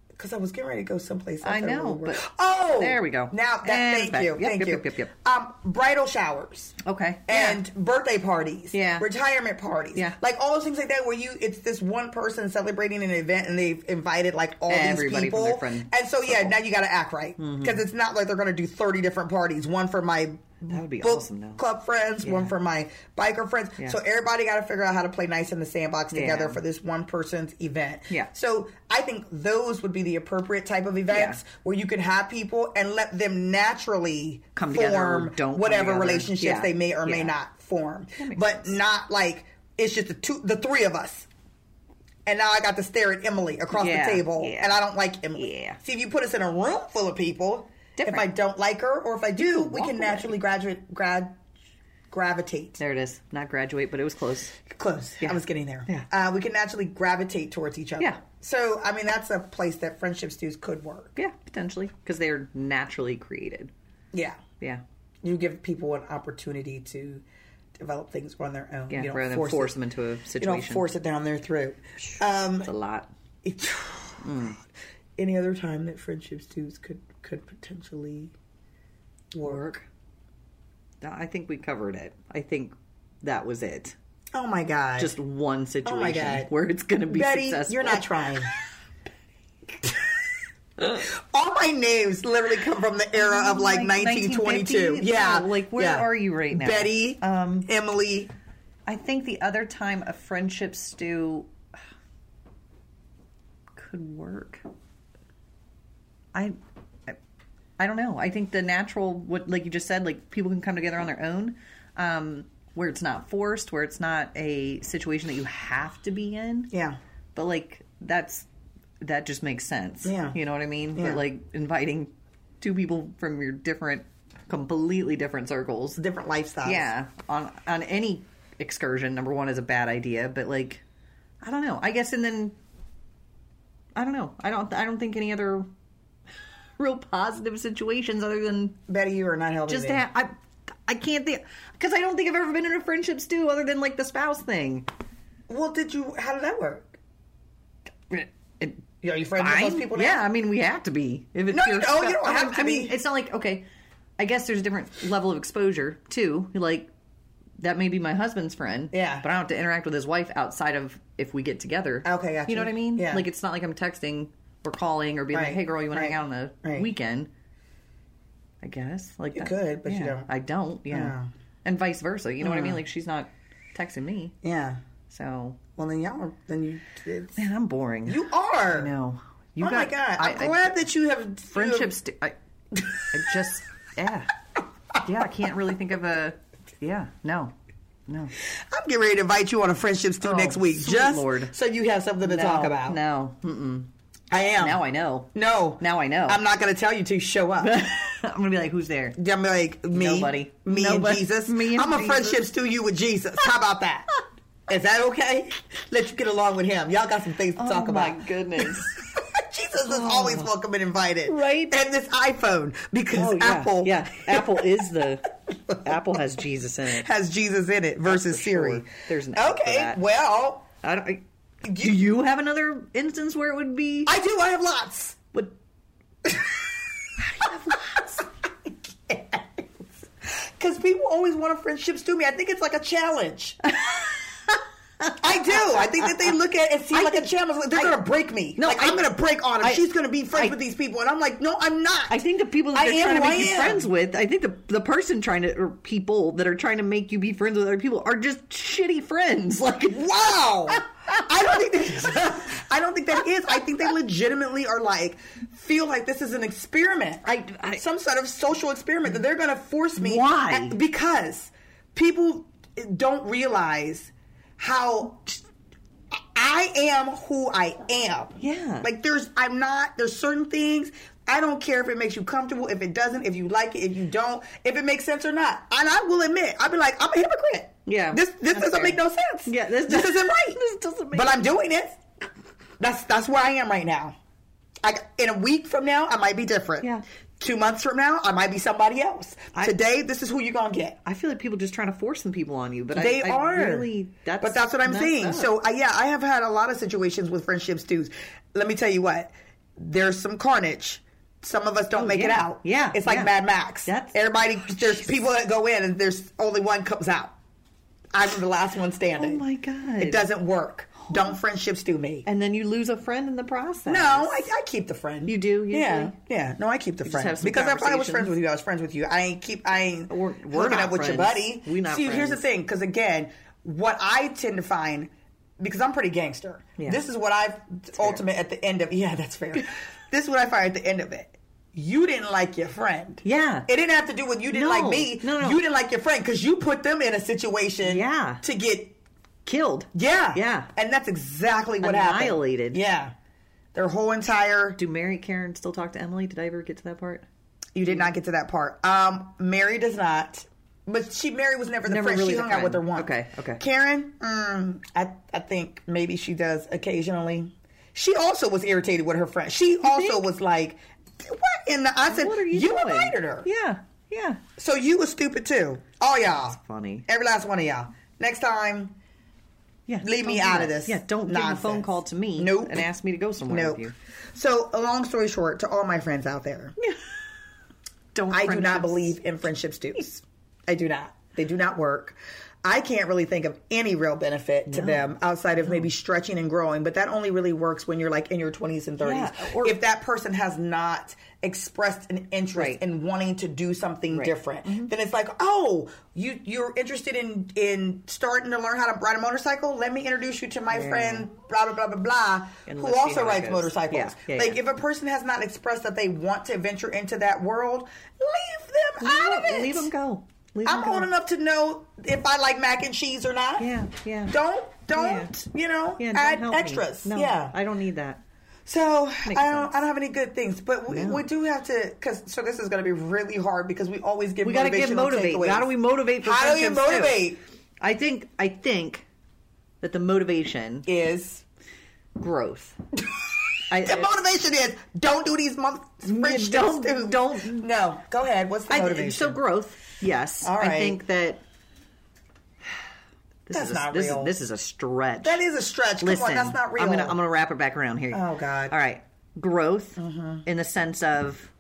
Speaker 1: Because I was getting ready to go someplace.
Speaker 2: I
Speaker 1: else that
Speaker 2: know,
Speaker 1: would work.
Speaker 2: but-
Speaker 1: oh,
Speaker 2: There we go.
Speaker 1: Now, that,
Speaker 2: And
Speaker 1: thank
Speaker 2: back.
Speaker 1: you,
Speaker 2: Yep,
Speaker 1: thank
Speaker 2: yep,
Speaker 1: you.
Speaker 2: yep, yep, yep.
Speaker 1: Um, bridal showers.
Speaker 2: Okay.
Speaker 1: And birthday parties,
Speaker 2: Yeah.
Speaker 1: retirement parties,
Speaker 2: Yeah.
Speaker 1: like all those things like that, where you it's this one person celebrating an event and they've invited like all
Speaker 2: Everybody
Speaker 1: these
Speaker 2: from
Speaker 1: people,
Speaker 2: their Mm-hmm. friend
Speaker 1: and so yeah, now you got to act right because it's not like they're going to do thirty different parties, one for my
Speaker 2: That would be
Speaker 1: book
Speaker 2: awesome, though.
Speaker 1: club friends, one
Speaker 2: Yeah.
Speaker 1: for my biker friends.
Speaker 2: Yeah.
Speaker 1: So everybody got to figure out how to play nice in the sandbox together
Speaker 2: Yeah.
Speaker 1: for this one person's event.
Speaker 2: Yeah.
Speaker 1: So I think those would be the appropriate type of events
Speaker 2: Yeah.
Speaker 1: where you can have people and let them naturally
Speaker 2: Come
Speaker 1: form
Speaker 2: together or don't come
Speaker 1: whatever
Speaker 2: together.
Speaker 1: relationships
Speaker 2: Yeah.
Speaker 1: they may or may
Speaker 2: Yeah.
Speaker 1: not form,
Speaker 2: makes
Speaker 1: but not like it's just the two, the three of us. And now I got to stare at Emily across
Speaker 2: Yeah.
Speaker 1: the table,
Speaker 2: Yeah.
Speaker 1: and I don't like Emily.
Speaker 2: Yeah.
Speaker 1: See, if you put us in a room full of people,
Speaker 2: Different.
Speaker 1: if I don't like her or if I do, we
Speaker 2: walk
Speaker 1: can
Speaker 2: away.
Speaker 1: naturally graduate grad gravitate.
Speaker 2: There it is. Not graduate, but it was close.
Speaker 1: Close.
Speaker 2: Yeah.
Speaker 1: I was getting there.
Speaker 2: Yeah.
Speaker 1: Uh, we can naturally gravitate towards each other.
Speaker 2: Yeah.
Speaker 1: So I mean, that's a place that friendship stews could work.
Speaker 2: Yeah, potentially because they are naturally created.
Speaker 1: Yeah.
Speaker 2: Yeah,
Speaker 1: You give people an opportunity to develop things on their own.
Speaker 2: yeah.
Speaker 1: you don't
Speaker 2: Rather
Speaker 1: force
Speaker 2: than force
Speaker 1: it.
Speaker 2: them into a
Speaker 1: You
Speaker 2: situation.
Speaker 1: don't force it down their throat. Um,
Speaker 2: It's a lot.
Speaker 1: it-
Speaker 2: Hmm.
Speaker 1: Any other time that friendship stews could could potentially work.
Speaker 2: Work. I think we covered it. I think that was it.
Speaker 1: Oh my god!
Speaker 2: Just one situation
Speaker 1: God.
Speaker 2: where it's going to be
Speaker 1: Betty,
Speaker 2: successful.
Speaker 1: you're not trying. All my names literally come from the era of like,
Speaker 2: Like
Speaker 1: 1922.
Speaker 2: 1950?
Speaker 1: Yeah,
Speaker 2: No, like, where
Speaker 1: yeah.
Speaker 2: are you right now?
Speaker 1: Betty,
Speaker 2: Um,
Speaker 1: Emily.
Speaker 2: I think the other time a friendship stew could work. I, I, I don't know. I think the natural, what like you just said, like people can come together on their own, um, where it's not forced, where it's not a situation that you have to be in.
Speaker 1: Yeah,
Speaker 2: But like that's that just makes sense.
Speaker 1: Yeah.
Speaker 2: You know what I mean?
Speaker 1: Yeah.
Speaker 2: But like inviting two people from your different, completely different circles
Speaker 1: different lifestyles.
Speaker 2: yeah on on any excursion number one is a bad idea but like i don't know i guess and then i don't know i don't i don't think any other real positive situations other than
Speaker 1: Betty, you are not helping.
Speaker 2: just
Speaker 1: me.
Speaker 2: that i i can't think because i don't think i've ever been in a friendship stew other than like the spouse thing
Speaker 1: Well, did you? How did that work?
Speaker 2: It-
Speaker 1: You know, you friends
Speaker 2: fine.
Speaker 1: with those people? Now?
Speaker 2: Yeah, I mean, we have to be. If it's
Speaker 1: No,
Speaker 2: your
Speaker 1: you don't. You don't
Speaker 2: I-
Speaker 1: have to
Speaker 2: I mean,
Speaker 1: be.
Speaker 2: it's not like okay. I guess there's a different level of exposure too. Like that may be my husband's friend.
Speaker 1: Yeah.
Speaker 2: but I don't have to interact with his wife outside of if we get together.
Speaker 1: Okay, gotcha.
Speaker 2: You know what I mean?
Speaker 1: Yeah.
Speaker 2: Like it's not like I'm texting or calling or being
Speaker 1: Right,
Speaker 2: like, "Hey, girl, you want
Speaker 1: right,
Speaker 2: to hang out on the
Speaker 1: right.
Speaker 2: weekend?" I guess like you
Speaker 1: could, but you don't.
Speaker 2: I don't. Yeah,
Speaker 1: Yeah.
Speaker 2: and vice versa. You know what I mean? Like she's not texting me,
Speaker 1: Yeah.
Speaker 2: so
Speaker 1: Well, then y'all. Then you. It's,
Speaker 2: man, I'm boring.
Speaker 1: you are.
Speaker 2: I know. You
Speaker 1: oh my
Speaker 2: got-
Speaker 1: god!
Speaker 2: I-
Speaker 1: I'm
Speaker 2: I-
Speaker 1: glad that you have
Speaker 2: friendships. do- I, I just yeah, yeah. I can't really think of a yeah. No, no.
Speaker 1: I'm getting ready to invite you on a friendship stew
Speaker 2: Oh,
Speaker 1: next week,
Speaker 2: sweet
Speaker 1: just
Speaker 2: Lord.
Speaker 1: so you have something to
Speaker 2: no,
Speaker 1: talk about.
Speaker 2: no. Mm-mm.
Speaker 1: I am.
Speaker 2: Now I know.
Speaker 1: No.
Speaker 2: Now I know.
Speaker 1: I'm not going to tell you to show up.
Speaker 2: I'm gonna be like, who's there?
Speaker 1: I'm like me,
Speaker 2: Nobody.
Speaker 1: me and
Speaker 2: Nobody.
Speaker 1: Jesus.
Speaker 2: Me and
Speaker 1: I'm a
Speaker 2: Jesus.
Speaker 1: friendship stew you with Jesus. How about that? Is that okay? Let you get along with him. Y'all got some things to talk
Speaker 2: oh
Speaker 1: about.
Speaker 2: my goodness.
Speaker 1: Jesus is always welcome and invited,
Speaker 2: Right?
Speaker 1: And this iPhone because
Speaker 2: Oh, yeah.
Speaker 1: Apple
Speaker 2: Yeah, Apple is the Apple has Jesus in it.
Speaker 1: has Jesus in it versus
Speaker 2: for sure.
Speaker 1: Siri.
Speaker 2: There's an app for
Speaker 1: okay.
Speaker 2: that.
Speaker 1: Well,
Speaker 2: I don't, I-
Speaker 1: You-
Speaker 2: do you have another instance where it would be?
Speaker 1: I do. I have lots.
Speaker 2: what,
Speaker 1: Because people always want a friendship stew me. I think it's like a challenge. I do. I think that they look at it and see
Speaker 2: I
Speaker 1: like a
Speaker 2: think-
Speaker 1: challenge. Like, they're
Speaker 2: I-
Speaker 1: gonna break me.
Speaker 2: No,
Speaker 1: like I,
Speaker 2: I-
Speaker 1: am gonna break on
Speaker 2: I-
Speaker 1: She's gonna be friends
Speaker 2: I-
Speaker 1: with these people, and I'm like, no, I'm not.
Speaker 2: I think the people
Speaker 1: I
Speaker 2: that they're
Speaker 1: am
Speaker 2: trying to
Speaker 1: who
Speaker 2: make
Speaker 1: I
Speaker 2: you
Speaker 1: am.
Speaker 2: friends with, I think the the person trying to or people that are trying to make you be friends with other people are just shitty friends. Like
Speaker 1: Wow. I don't think that, I don't think that is. I think they legitimately are like feel like this is an experiment.
Speaker 2: I- I-
Speaker 1: some sort of social experiment that they're going to force me.
Speaker 2: Why?
Speaker 1: because people don't realize how I am who I am.
Speaker 2: Yeah.
Speaker 1: Like there's I'm not there's certain things I don't care if it makes you comfortable, if it doesn't, if you like it, if you don't, if it makes sense or not. And I will admit, I'll be like, I'm a hypocrite.
Speaker 2: Yeah,
Speaker 1: This this
Speaker 2: that's
Speaker 1: doesn't
Speaker 2: fair.
Speaker 1: make no sense.
Speaker 2: Yeah, this
Speaker 1: this
Speaker 2: does-
Speaker 1: isn't right.
Speaker 2: this doesn't make
Speaker 1: But I'm doing it. That's that's where I am right now. I, in a week from now, I might be different.
Speaker 2: Yeah.
Speaker 1: Two months from now, I might be somebody else. Today, this is who you're gonna get.
Speaker 2: I feel like people just trying to force some people on you, but
Speaker 1: They
Speaker 2: I, I
Speaker 1: are.
Speaker 2: really that's
Speaker 1: but that's what I'm
Speaker 2: messed
Speaker 1: saying.
Speaker 2: up.
Speaker 1: So, uh, yeah, I have had a lot of situations with friendship stews. Let me tell you what, there's some carnage. Some of us don't make it
Speaker 2: Oh, yeah.
Speaker 1: out.
Speaker 2: Yeah,
Speaker 1: It's like
Speaker 2: yeah.
Speaker 1: Mad Max.
Speaker 2: That's- Oh,
Speaker 1: Everybody, there's people that go in and there's only one comes out. I'm the last one standing.
Speaker 2: Oh my God.
Speaker 1: It doesn't work. Don't friendship stew me.
Speaker 2: and then you lose a friend in the process.
Speaker 1: No, I, I keep the friend.
Speaker 2: You do, usually?
Speaker 1: yeah, yeah. No, I keep the
Speaker 2: have
Speaker 1: friend
Speaker 2: some
Speaker 1: because I, I was friends
Speaker 2: conversations.
Speaker 1: with you. I was friends with you. I ain't keep. I ain't
Speaker 2: We're- we're
Speaker 1: hooking
Speaker 2: not
Speaker 1: up with your
Speaker 2: friends.
Speaker 1: buddy.
Speaker 2: We not
Speaker 1: See, here's the
Speaker 2: friends.
Speaker 1: thing. Because again, what I tend to find because I'm pretty gangster.
Speaker 2: Yeah.
Speaker 1: This is what I've ultimate at the end of. Yeah, that's fair. this is what I find at the end of it. You didn't like your friend.
Speaker 2: Yeah.
Speaker 1: It didn't have to do with you didn't
Speaker 2: No.
Speaker 1: like me.
Speaker 2: No, no.
Speaker 1: You didn't like your friend because you put them in a situation.
Speaker 2: Yeah.
Speaker 1: To get
Speaker 2: killed.
Speaker 1: yeah.
Speaker 2: Yeah.
Speaker 1: And that's exactly what happened.
Speaker 2: Annihilated.
Speaker 1: Yeah. Their whole entire
Speaker 2: Do Mary Karen still talk to Emily? Did I ever get to that part?
Speaker 1: You did not get to that part. Um, Mary does not, but she Mary was never the
Speaker 2: Never
Speaker 1: friend.
Speaker 2: really
Speaker 1: she
Speaker 2: the
Speaker 1: hung out with her
Speaker 2: friend.
Speaker 1: once.
Speaker 2: Okay, okay.
Speaker 1: Karen, mm, I I think maybe she does occasionally. She also was irritated with her friend. She also
Speaker 2: think?
Speaker 1: was like, "What in the?" I said,
Speaker 2: What are you, doing?
Speaker 1: invited her,
Speaker 2: Yeah, yeah.
Speaker 1: so you was stupid too. All y'all,
Speaker 2: funny.
Speaker 1: Every last one of y'all. Next time,
Speaker 2: Yeah,
Speaker 1: Leave me
Speaker 2: don't do
Speaker 1: out of
Speaker 2: that.
Speaker 1: this
Speaker 2: Yeah, don't give a phone
Speaker 1: nonsense.
Speaker 2: call to me
Speaker 1: Nope.
Speaker 2: and ask me to go somewhere
Speaker 1: nope.
Speaker 2: with you.
Speaker 1: So, a long story short, to all my friends out there,
Speaker 2: Don't.
Speaker 1: I do not
Speaker 2: friendships.
Speaker 1: believe in friendship stoops. I do not. They do not work. I can't really think of any real benefit to them outside of maybe stretching and growing, but that only really works when you're like in your 20s and 30s.
Speaker 2: Yeah, or-
Speaker 1: if that person has not expressed an interest
Speaker 2: Right. Mm-hmm.
Speaker 1: in wanting to do something different, then it's like, "Oh, you you're interested in in starting to learn how to ride a motorcycle? Let me introduce you to my friend blah blah blah blah blah
Speaker 2: And
Speaker 1: who
Speaker 2: let's see
Speaker 1: also
Speaker 2: how it
Speaker 1: rides
Speaker 2: goes.
Speaker 1: motorcycles."
Speaker 2: Yeah, yeah,
Speaker 1: like
Speaker 2: yeah.
Speaker 1: if a person has not expressed that they want to venture into that world, leave them out of it.
Speaker 2: Leave them go. Leave 'em
Speaker 1: I'm
Speaker 2: go.
Speaker 1: old enough to know if I like mac and cheese or not.
Speaker 2: Yeah, yeah.
Speaker 1: Don't don't you know
Speaker 2: Yeah, don't
Speaker 1: add
Speaker 2: help me.
Speaker 1: extras.
Speaker 2: No,
Speaker 1: yeah.
Speaker 2: I don't need that.
Speaker 1: so
Speaker 2: Makes
Speaker 1: I don't
Speaker 2: sense.
Speaker 1: I don't have any good things, but we,
Speaker 2: No.
Speaker 1: we do have to because so this is going to be really hard because we always give
Speaker 2: We got to get
Speaker 1: motivational
Speaker 2: motivated.
Speaker 1: takeaways.
Speaker 2: How do we motivate? For
Speaker 1: How do you
Speaker 2: friendships, too?
Speaker 1: motivate?
Speaker 2: I think. I think that the motivation
Speaker 1: Is
Speaker 2: growth. I,
Speaker 1: the motivation is don't do these month
Speaker 2: Yeah, don't- don't-
Speaker 1: no go ahead what's the
Speaker 2: I-
Speaker 1: motivation
Speaker 2: so growth, yes.
Speaker 1: All
Speaker 2: I
Speaker 1: right.
Speaker 2: think that this
Speaker 1: That's
Speaker 2: is a,
Speaker 1: not
Speaker 2: this,
Speaker 1: real.
Speaker 2: Is, this is a stretch.
Speaker 1: that is a stretch come
Speaker 2: Listen,
Speaker 1: on that's not real
Speaker 2: I'm gonna I'm gonna wrap it back around here.
Speaker 1: Oh, God. Mm-hmm.
Speaker 2: All right, growth in the sense of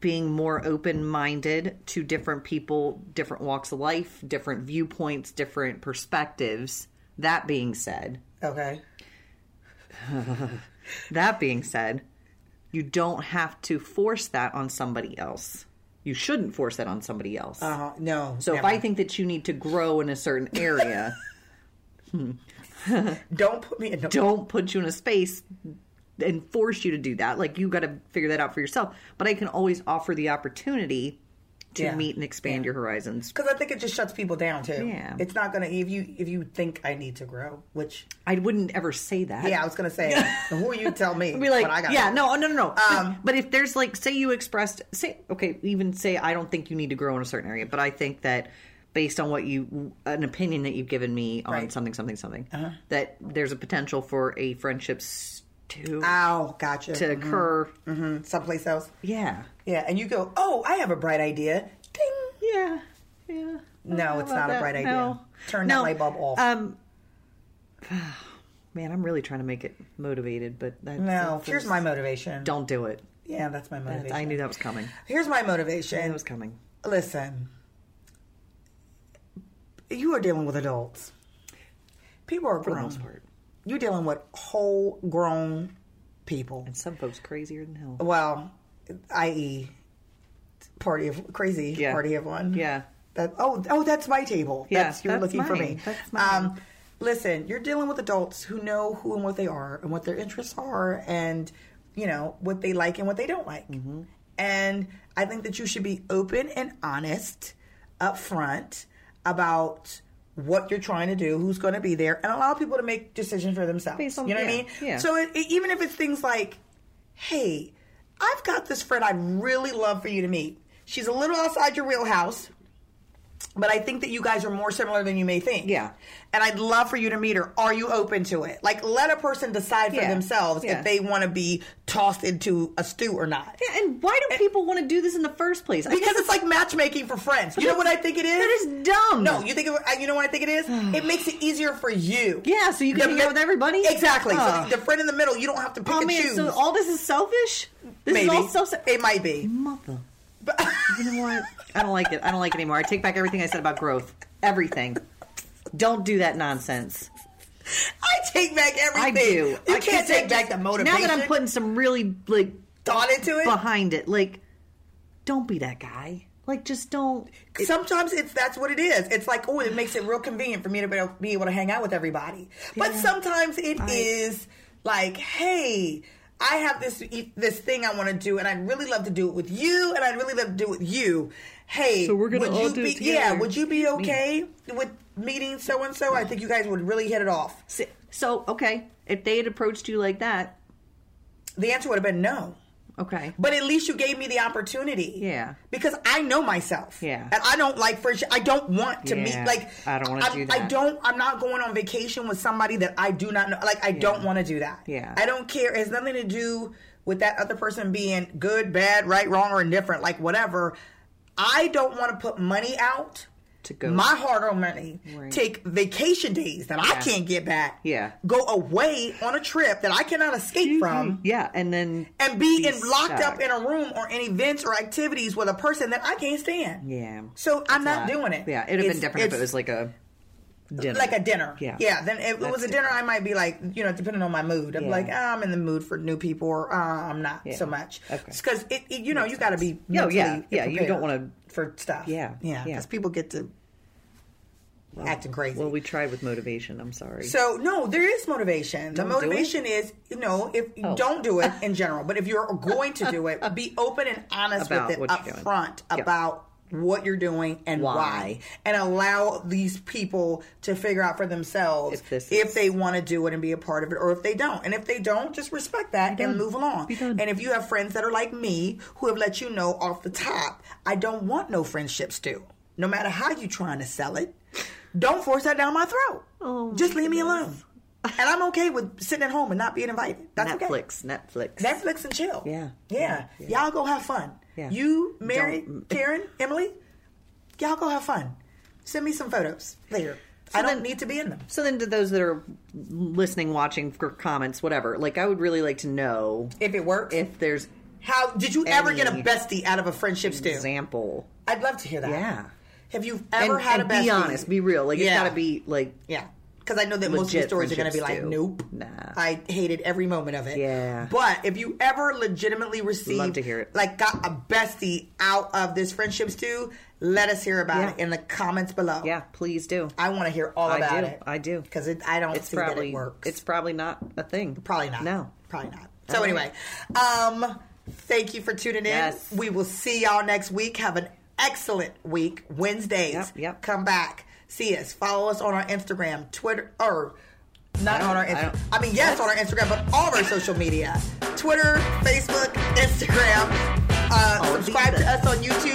Speaker 2: being more open minded to different people, different walks of life, different viewpoints, different perspectives. That being said,
Speaker 1: okay
Speaker 2: that being said, you don't have to force that on somebody else. You shouldn't force that on somebody else.
Speaker 1: uh no
Speaker 2: So if I think that you need to grow in a certain area,
Speaker 1: don't put me in no
Speaker 2: don't put you in a space and force you to do that. Like you got to figure that out for yourself. But I can always offer the opportunity to
Speaker 1: Yeah.
Speaker 2: meet and expand your horizons.
Speaker 1: Because I think it just shuts people down too.
Speaker 2: Yeah.
Speaker 1: It's not gonna if you if you think I need to grow, which
Speaker 2: I wouldn't ever say that.
Speaker 1: yeah, I was gonna say, who you tell me?
Speaker 2: Be like,
Speaker 1: what I gotta
Speaker 2: yeah,
Speaker 1: do?
Speaker 2: no, oh, no, no, no. But-
Speaker 1: Um,
Speaker 2: but, if there's like, say you expressed, say, okay, even say, I don't think you need to grow in a certain area, but I think that based on what you, an opinion that you've given me on
Speaker 1: Right. Uh-huh.
Speaker 2: something, something, something, that there's a potential for a friendship stew
Speaker 1: Ah, Ow, gotcha.
Speaker 2: to occur.
Speaker 1: Mhm, Someplace else.
Speaker 2: Yeah.
Speaker 1: Yeah, and you go, oh, I have a bright idea. Ding.
Speaker 2: Yeah. Yeah.
Speaker 1: No, it's not a bright idea. Turn that light bulb off.
Speaker 2: Um, man, I'm really trying to make it motivated, but that,
Speaker 1: No,
Speaker 2: that-
Speaker 1: here's my motivation.
Speaker 2: Don't do it.
Speaker 1: Yeah, that's my motivation.
Speaker 2: I knew that was coming.
Speaker 1: Here's my
Speaker 2: That
Speaker 1: motivation.
Speaker 2: was coming.
Speaker 1: Listen, you are dealing with adults. People are
Speaker 2: For the
Speaker 1: grown.
Speaker 2: most part.
Speaker 1: You're dealing with whole grown people.
Speaker 2: And some folks crazier than hell.
Speaker 1: Well, i.e., party of crazy
Speaker 2: Yeah.
Speaker 1: party of one.
Speaker 2: Yeah.
Speaker 1: That oh oh that's my table.
Speaker 2: Yeah,
Speaker 1: that's, you're
Speaker 2: that's
Speaker 1: looking for
Speaker 2: mine.
Speaker 1: me.
Speaker 2: That's mine.
Speaker 1: Um, listen, you're dealing with adults who know who and what they are and what their interests are and you know what they like and what they don't like.
Speaker 2: Mm-hmm.
Speaker 1: And I think that you should be open and honest upfront about what you're trying to do, who's going to be there, and allow people to make decisions for themselves.
Speaker 2: Based on-
Speaker 1: you know what I
Speaker 2: yeah,
Speaker 1: mean?
Speaker 2: yeah.
Speaker 1: So it, it- even if it's things like, hey, I've got this friend I'd really love for you to meet. She's a little outside your wheelhouse, but I think that you guys are more similar than you may think.
Speaker 2: Yeah.
Speaker 1: And I'd love for you to meet her. Are you open to it? Like, let a person decide for
Speaker 2: Yeah.
Speaker 1: themselves
Speaker 2: Yeah.
Speaker 1: if they want to be tossed into a stew or not.
Speaker 2: Yeah, and why do people want to do this in the first place? I
Speaker 1: Because it's like matchmaking for friends. You know what I think it is?
Speaker 2: that is dumb.
Speaker 1: No, you think it, I- you know what I think it is? it makes it easier for you.
Speaker 2: Yeah, so you can hang out with everybody?
Speaker 1: Exactly.
Speaker 2: Ugh.
Speaker 1: So the friend in the middle, you don't have to pick
Speaker 2: oh
Speaker 1: and
Speaker 2: man,
Speaker 1: choose.
Speaker 2: so all this is selfish. This
Speaker 1: Maybe
Speaker 2: is all so se-
Speaker 1: it might be.
Speaker 2: mother. you know what? I don't like it. I don't like it anymore. I take back everything I said about growth. Everything. Don't do that nonsense.
Speaker 1: I take back
Speaker 2: I
Speaker 1: everything.
Speaker 2: do.
Speaker 1: You
Speaker 2: I
Speaker 1: can't take back the motivation.
Speaker 2: Now that I'm putting some really like
Speaker 1: thought into it.
Speaker 2: behind it, like don't be that guy. Like just don't.
Speaker 1: Sometimes it's that's what it is. It's like, oh, it makes it real convenient for me to be able, be able to hang out with everybody. But sometimes it is like, hey, I have this e, this thing I want to do, and I'd really love to do it with you, and I'd really love to do it with you. Hey,
Speaker 2: So we're
Speaker 1: would
Speaker 2: gonna all
Speaker 1: you
Speaker 2: do
Speaker 1: be,
Speaker 2: it
Speaker 1: Yeah,
Speaker 2: together.
Speaker 1: would you be okay with meeting so and so? I think you guys would really hit it off.
Speaker 2: Si- So okay, if they had approached you like that,
Speaker 1: The answer would have been no.
Speaker 2: okay,
Speaker 1: But at least you gave me the opportunity.
Speaker 2: Yeah.
Speaker 1: Because I know myself.
Speaker 2: Yeah.
Speaker 1: And I don't like friendship. I don't want to meet
Speaker 2: Yeah.
Speaker 1: like
Speaker 2: I don't wanna
Speaker 1: I'm-
Speaker 2: do that.
Speaker 1: I don't. I'm not going on vacation with somebody that I do not know. Like I don't want to do that.
Speaker 2: Yeah.
Speaker 1: I don't care. It has nothing to do with that other person being good, bad, right, wrong, or indifferent. Like whatever. I don't want to put money out.
Speaker 2: To go.
Speaker 1: my hard-earned money,
Speaker 2: Right.
Speaker 1: take vacation days that I can't get back.
Speaker 2: Yeah.
Speaker 1: go away on a trip that I cannot escape from
Speaker 2: yeah, and then
Speaker 1: and be,
Speaker 2: Be
Speaker 1: in, locked up
Speaker 2: stuck.
Speaker 1: in a room or in events or activities with a person that I can't stand.
Speaker 2: yeah,
Speaker 1: So I'm not
Speaker 2: Uh,
Speaker 1: doing it.
Speaker 2: Yeah, it'd have
Speaker 1: It's-
Speaker 2: been different if
Speaker 1: it's
Speaker 2: it was like a dinner,
Speaker 1: like a dinner.
Speaker 2: Yeah.
Speaker 1: yeah. Then if it
Speaker 2: That's
Speaker 1: was a dinner, I might be like, you know, depending on my mood, I'm
Speaker 2: Yeah.
Speaker 1: like, ah, I'm in the mood for new people, or ah, I'm not
Speaker 2: Yeah.
Speaker 1: so much.
Speaker 2: Okay.
Speaker 1: Because it, it- you know, you got to be.
Speaker 2: No, yeah.
Speaker 1: mentally
Speaker 2: Yeah, you
Speaker 1: prepared
Speaker 2: don't wanna-
Speaker 1: for stuff.
Speaker 2: Yeah,
Speaker 1: yeah,
Speaker 2: yeah.
Speaker 1: because people get to acting crazy.
Speaker 2: Well, we tried with motivation. I'm sorry.
Speaker 1: So no, there is motivation. the
Speaker 2: Don't do it?
Speaker 1: motivation is you know if you
Speaker 2: Oh.
Speaker 1: don't do it in general, but if you're going to do it, be open and honest
Speaker 2: About
Speaker 1: with it
Speaker 2: what you're
Speaker 1: up
Speaker 2: doing.
Speaker 1: front
Speaker 2: Yep.
Speaker 1: about what you're doing and why.
Speaker 2: Why.
Speaker 1: and allow these people to figure out for themselves
Speaker 2: If
Speaker 1: if,
Speaker 2: this is-
Speaker 1: they want to do it and be a part of it or if they don't. And if they don't, just respect that and
Speaker 2: done.
Speaker 1: move along.
Speaker 2: Be done.
Speaker 1: And if you have friends that are like me who have let you know off the top, I don't want no friendships to. No matter how you trying to sell it, don't force that down my throat.
Speaker 2: Oh,
Speaker 1: just leave me alone. And I'm okay with sitting at home and not being invited. That's okay.
Speaker 2: Netflix, Netflix.
Speaker 1: Netflix and chill.
Speaker 2: Yeah.
Speaker 1: yeah. Y'all go have fun.
Speaker 2: Yeah.
Speaker 1: You, Mary,
Speaker 2: Don't-
Speaker 1: Karen, Emily, y'all go have fun. Send me some photos later. I don't
Speaker 2: then-
Speaker 1: need to be in them.
Speaker 2: so then, to those that are listening, watching, for comments, whatever, like I would really like to know
Speaker 1: If it works.
Speaker 2: if there's
Speaker 1: How did you ever get a
Speaker 2: Any
Speaker 1: bestie out of a friendship stew?
Speaker 2: example.
Speaker 1: I'd love to hear that.
Speaker 2: Yeah.
Speaker 1: Have you ever
Speaker 2: and
Speaker 1: had
Speaker 2: and
Speaker 1: a bestie?
Speaker 2: be honest, be real. Like
Speaker 1: Yeah.
Speaker 2: it's got to be like
Speaker 1: Yeah. Because I know that most of the
Speaker 2: Legit
Speaker 1: stories are going to be like,
Speaker 2: friendships do.
Speaker 1: nope.
Speaker 2: Nah.
Speaker 1: I hated every moment of it.
Speaker 2: Yeah.
Speaker 1: But if you ever legitimately received,
Speaker 2: Love to hear it.
Speaker 1: like, got a bestie out of this friendship stew, let us hear about
Speaker 2: Yeah.
Speaker 1: it in the comments below.
Speaker 2: yeah. Please do.
Speaker 1: I want to hear all
Speaker 2: I
Speaker 1: about
Speaker 2: do.
Speaker 1: it.
Speaker 2: I do.
Speaker 1: Because I don't
Speaker 2: It's
Speaker 1: see that
Speaker 2: probably
Speaker 1: it works.
Speaker 2: it's probably not a thing.
Speaker 1: probably not.
Speaker 2: No.
Speaker 1: Probably not. So anyway, um, thank you for tuning in.
Speaker 2: Yes.
Speaker 1: We will see y'all next week. Have an excellent week. Wednesdays,
Speaker 2: Yep, yep.
Speaker 1: come back, see us, follow us on our Instagram, Twitter, or not
Speaker 2: I don't-
Speaker 1: on our.
Speaker 2: I
Speaker 1: Inst-
Speaker 2: don't-
Speaker 1: I, mean, yes, on our Instagram, but all of our social media: Twitter, Facebook, Instagram. Uh,
Speaker 2: All of these
Speaker 1: subscribe to us
Speaker 2: things.
Speaker 1: on YouTube.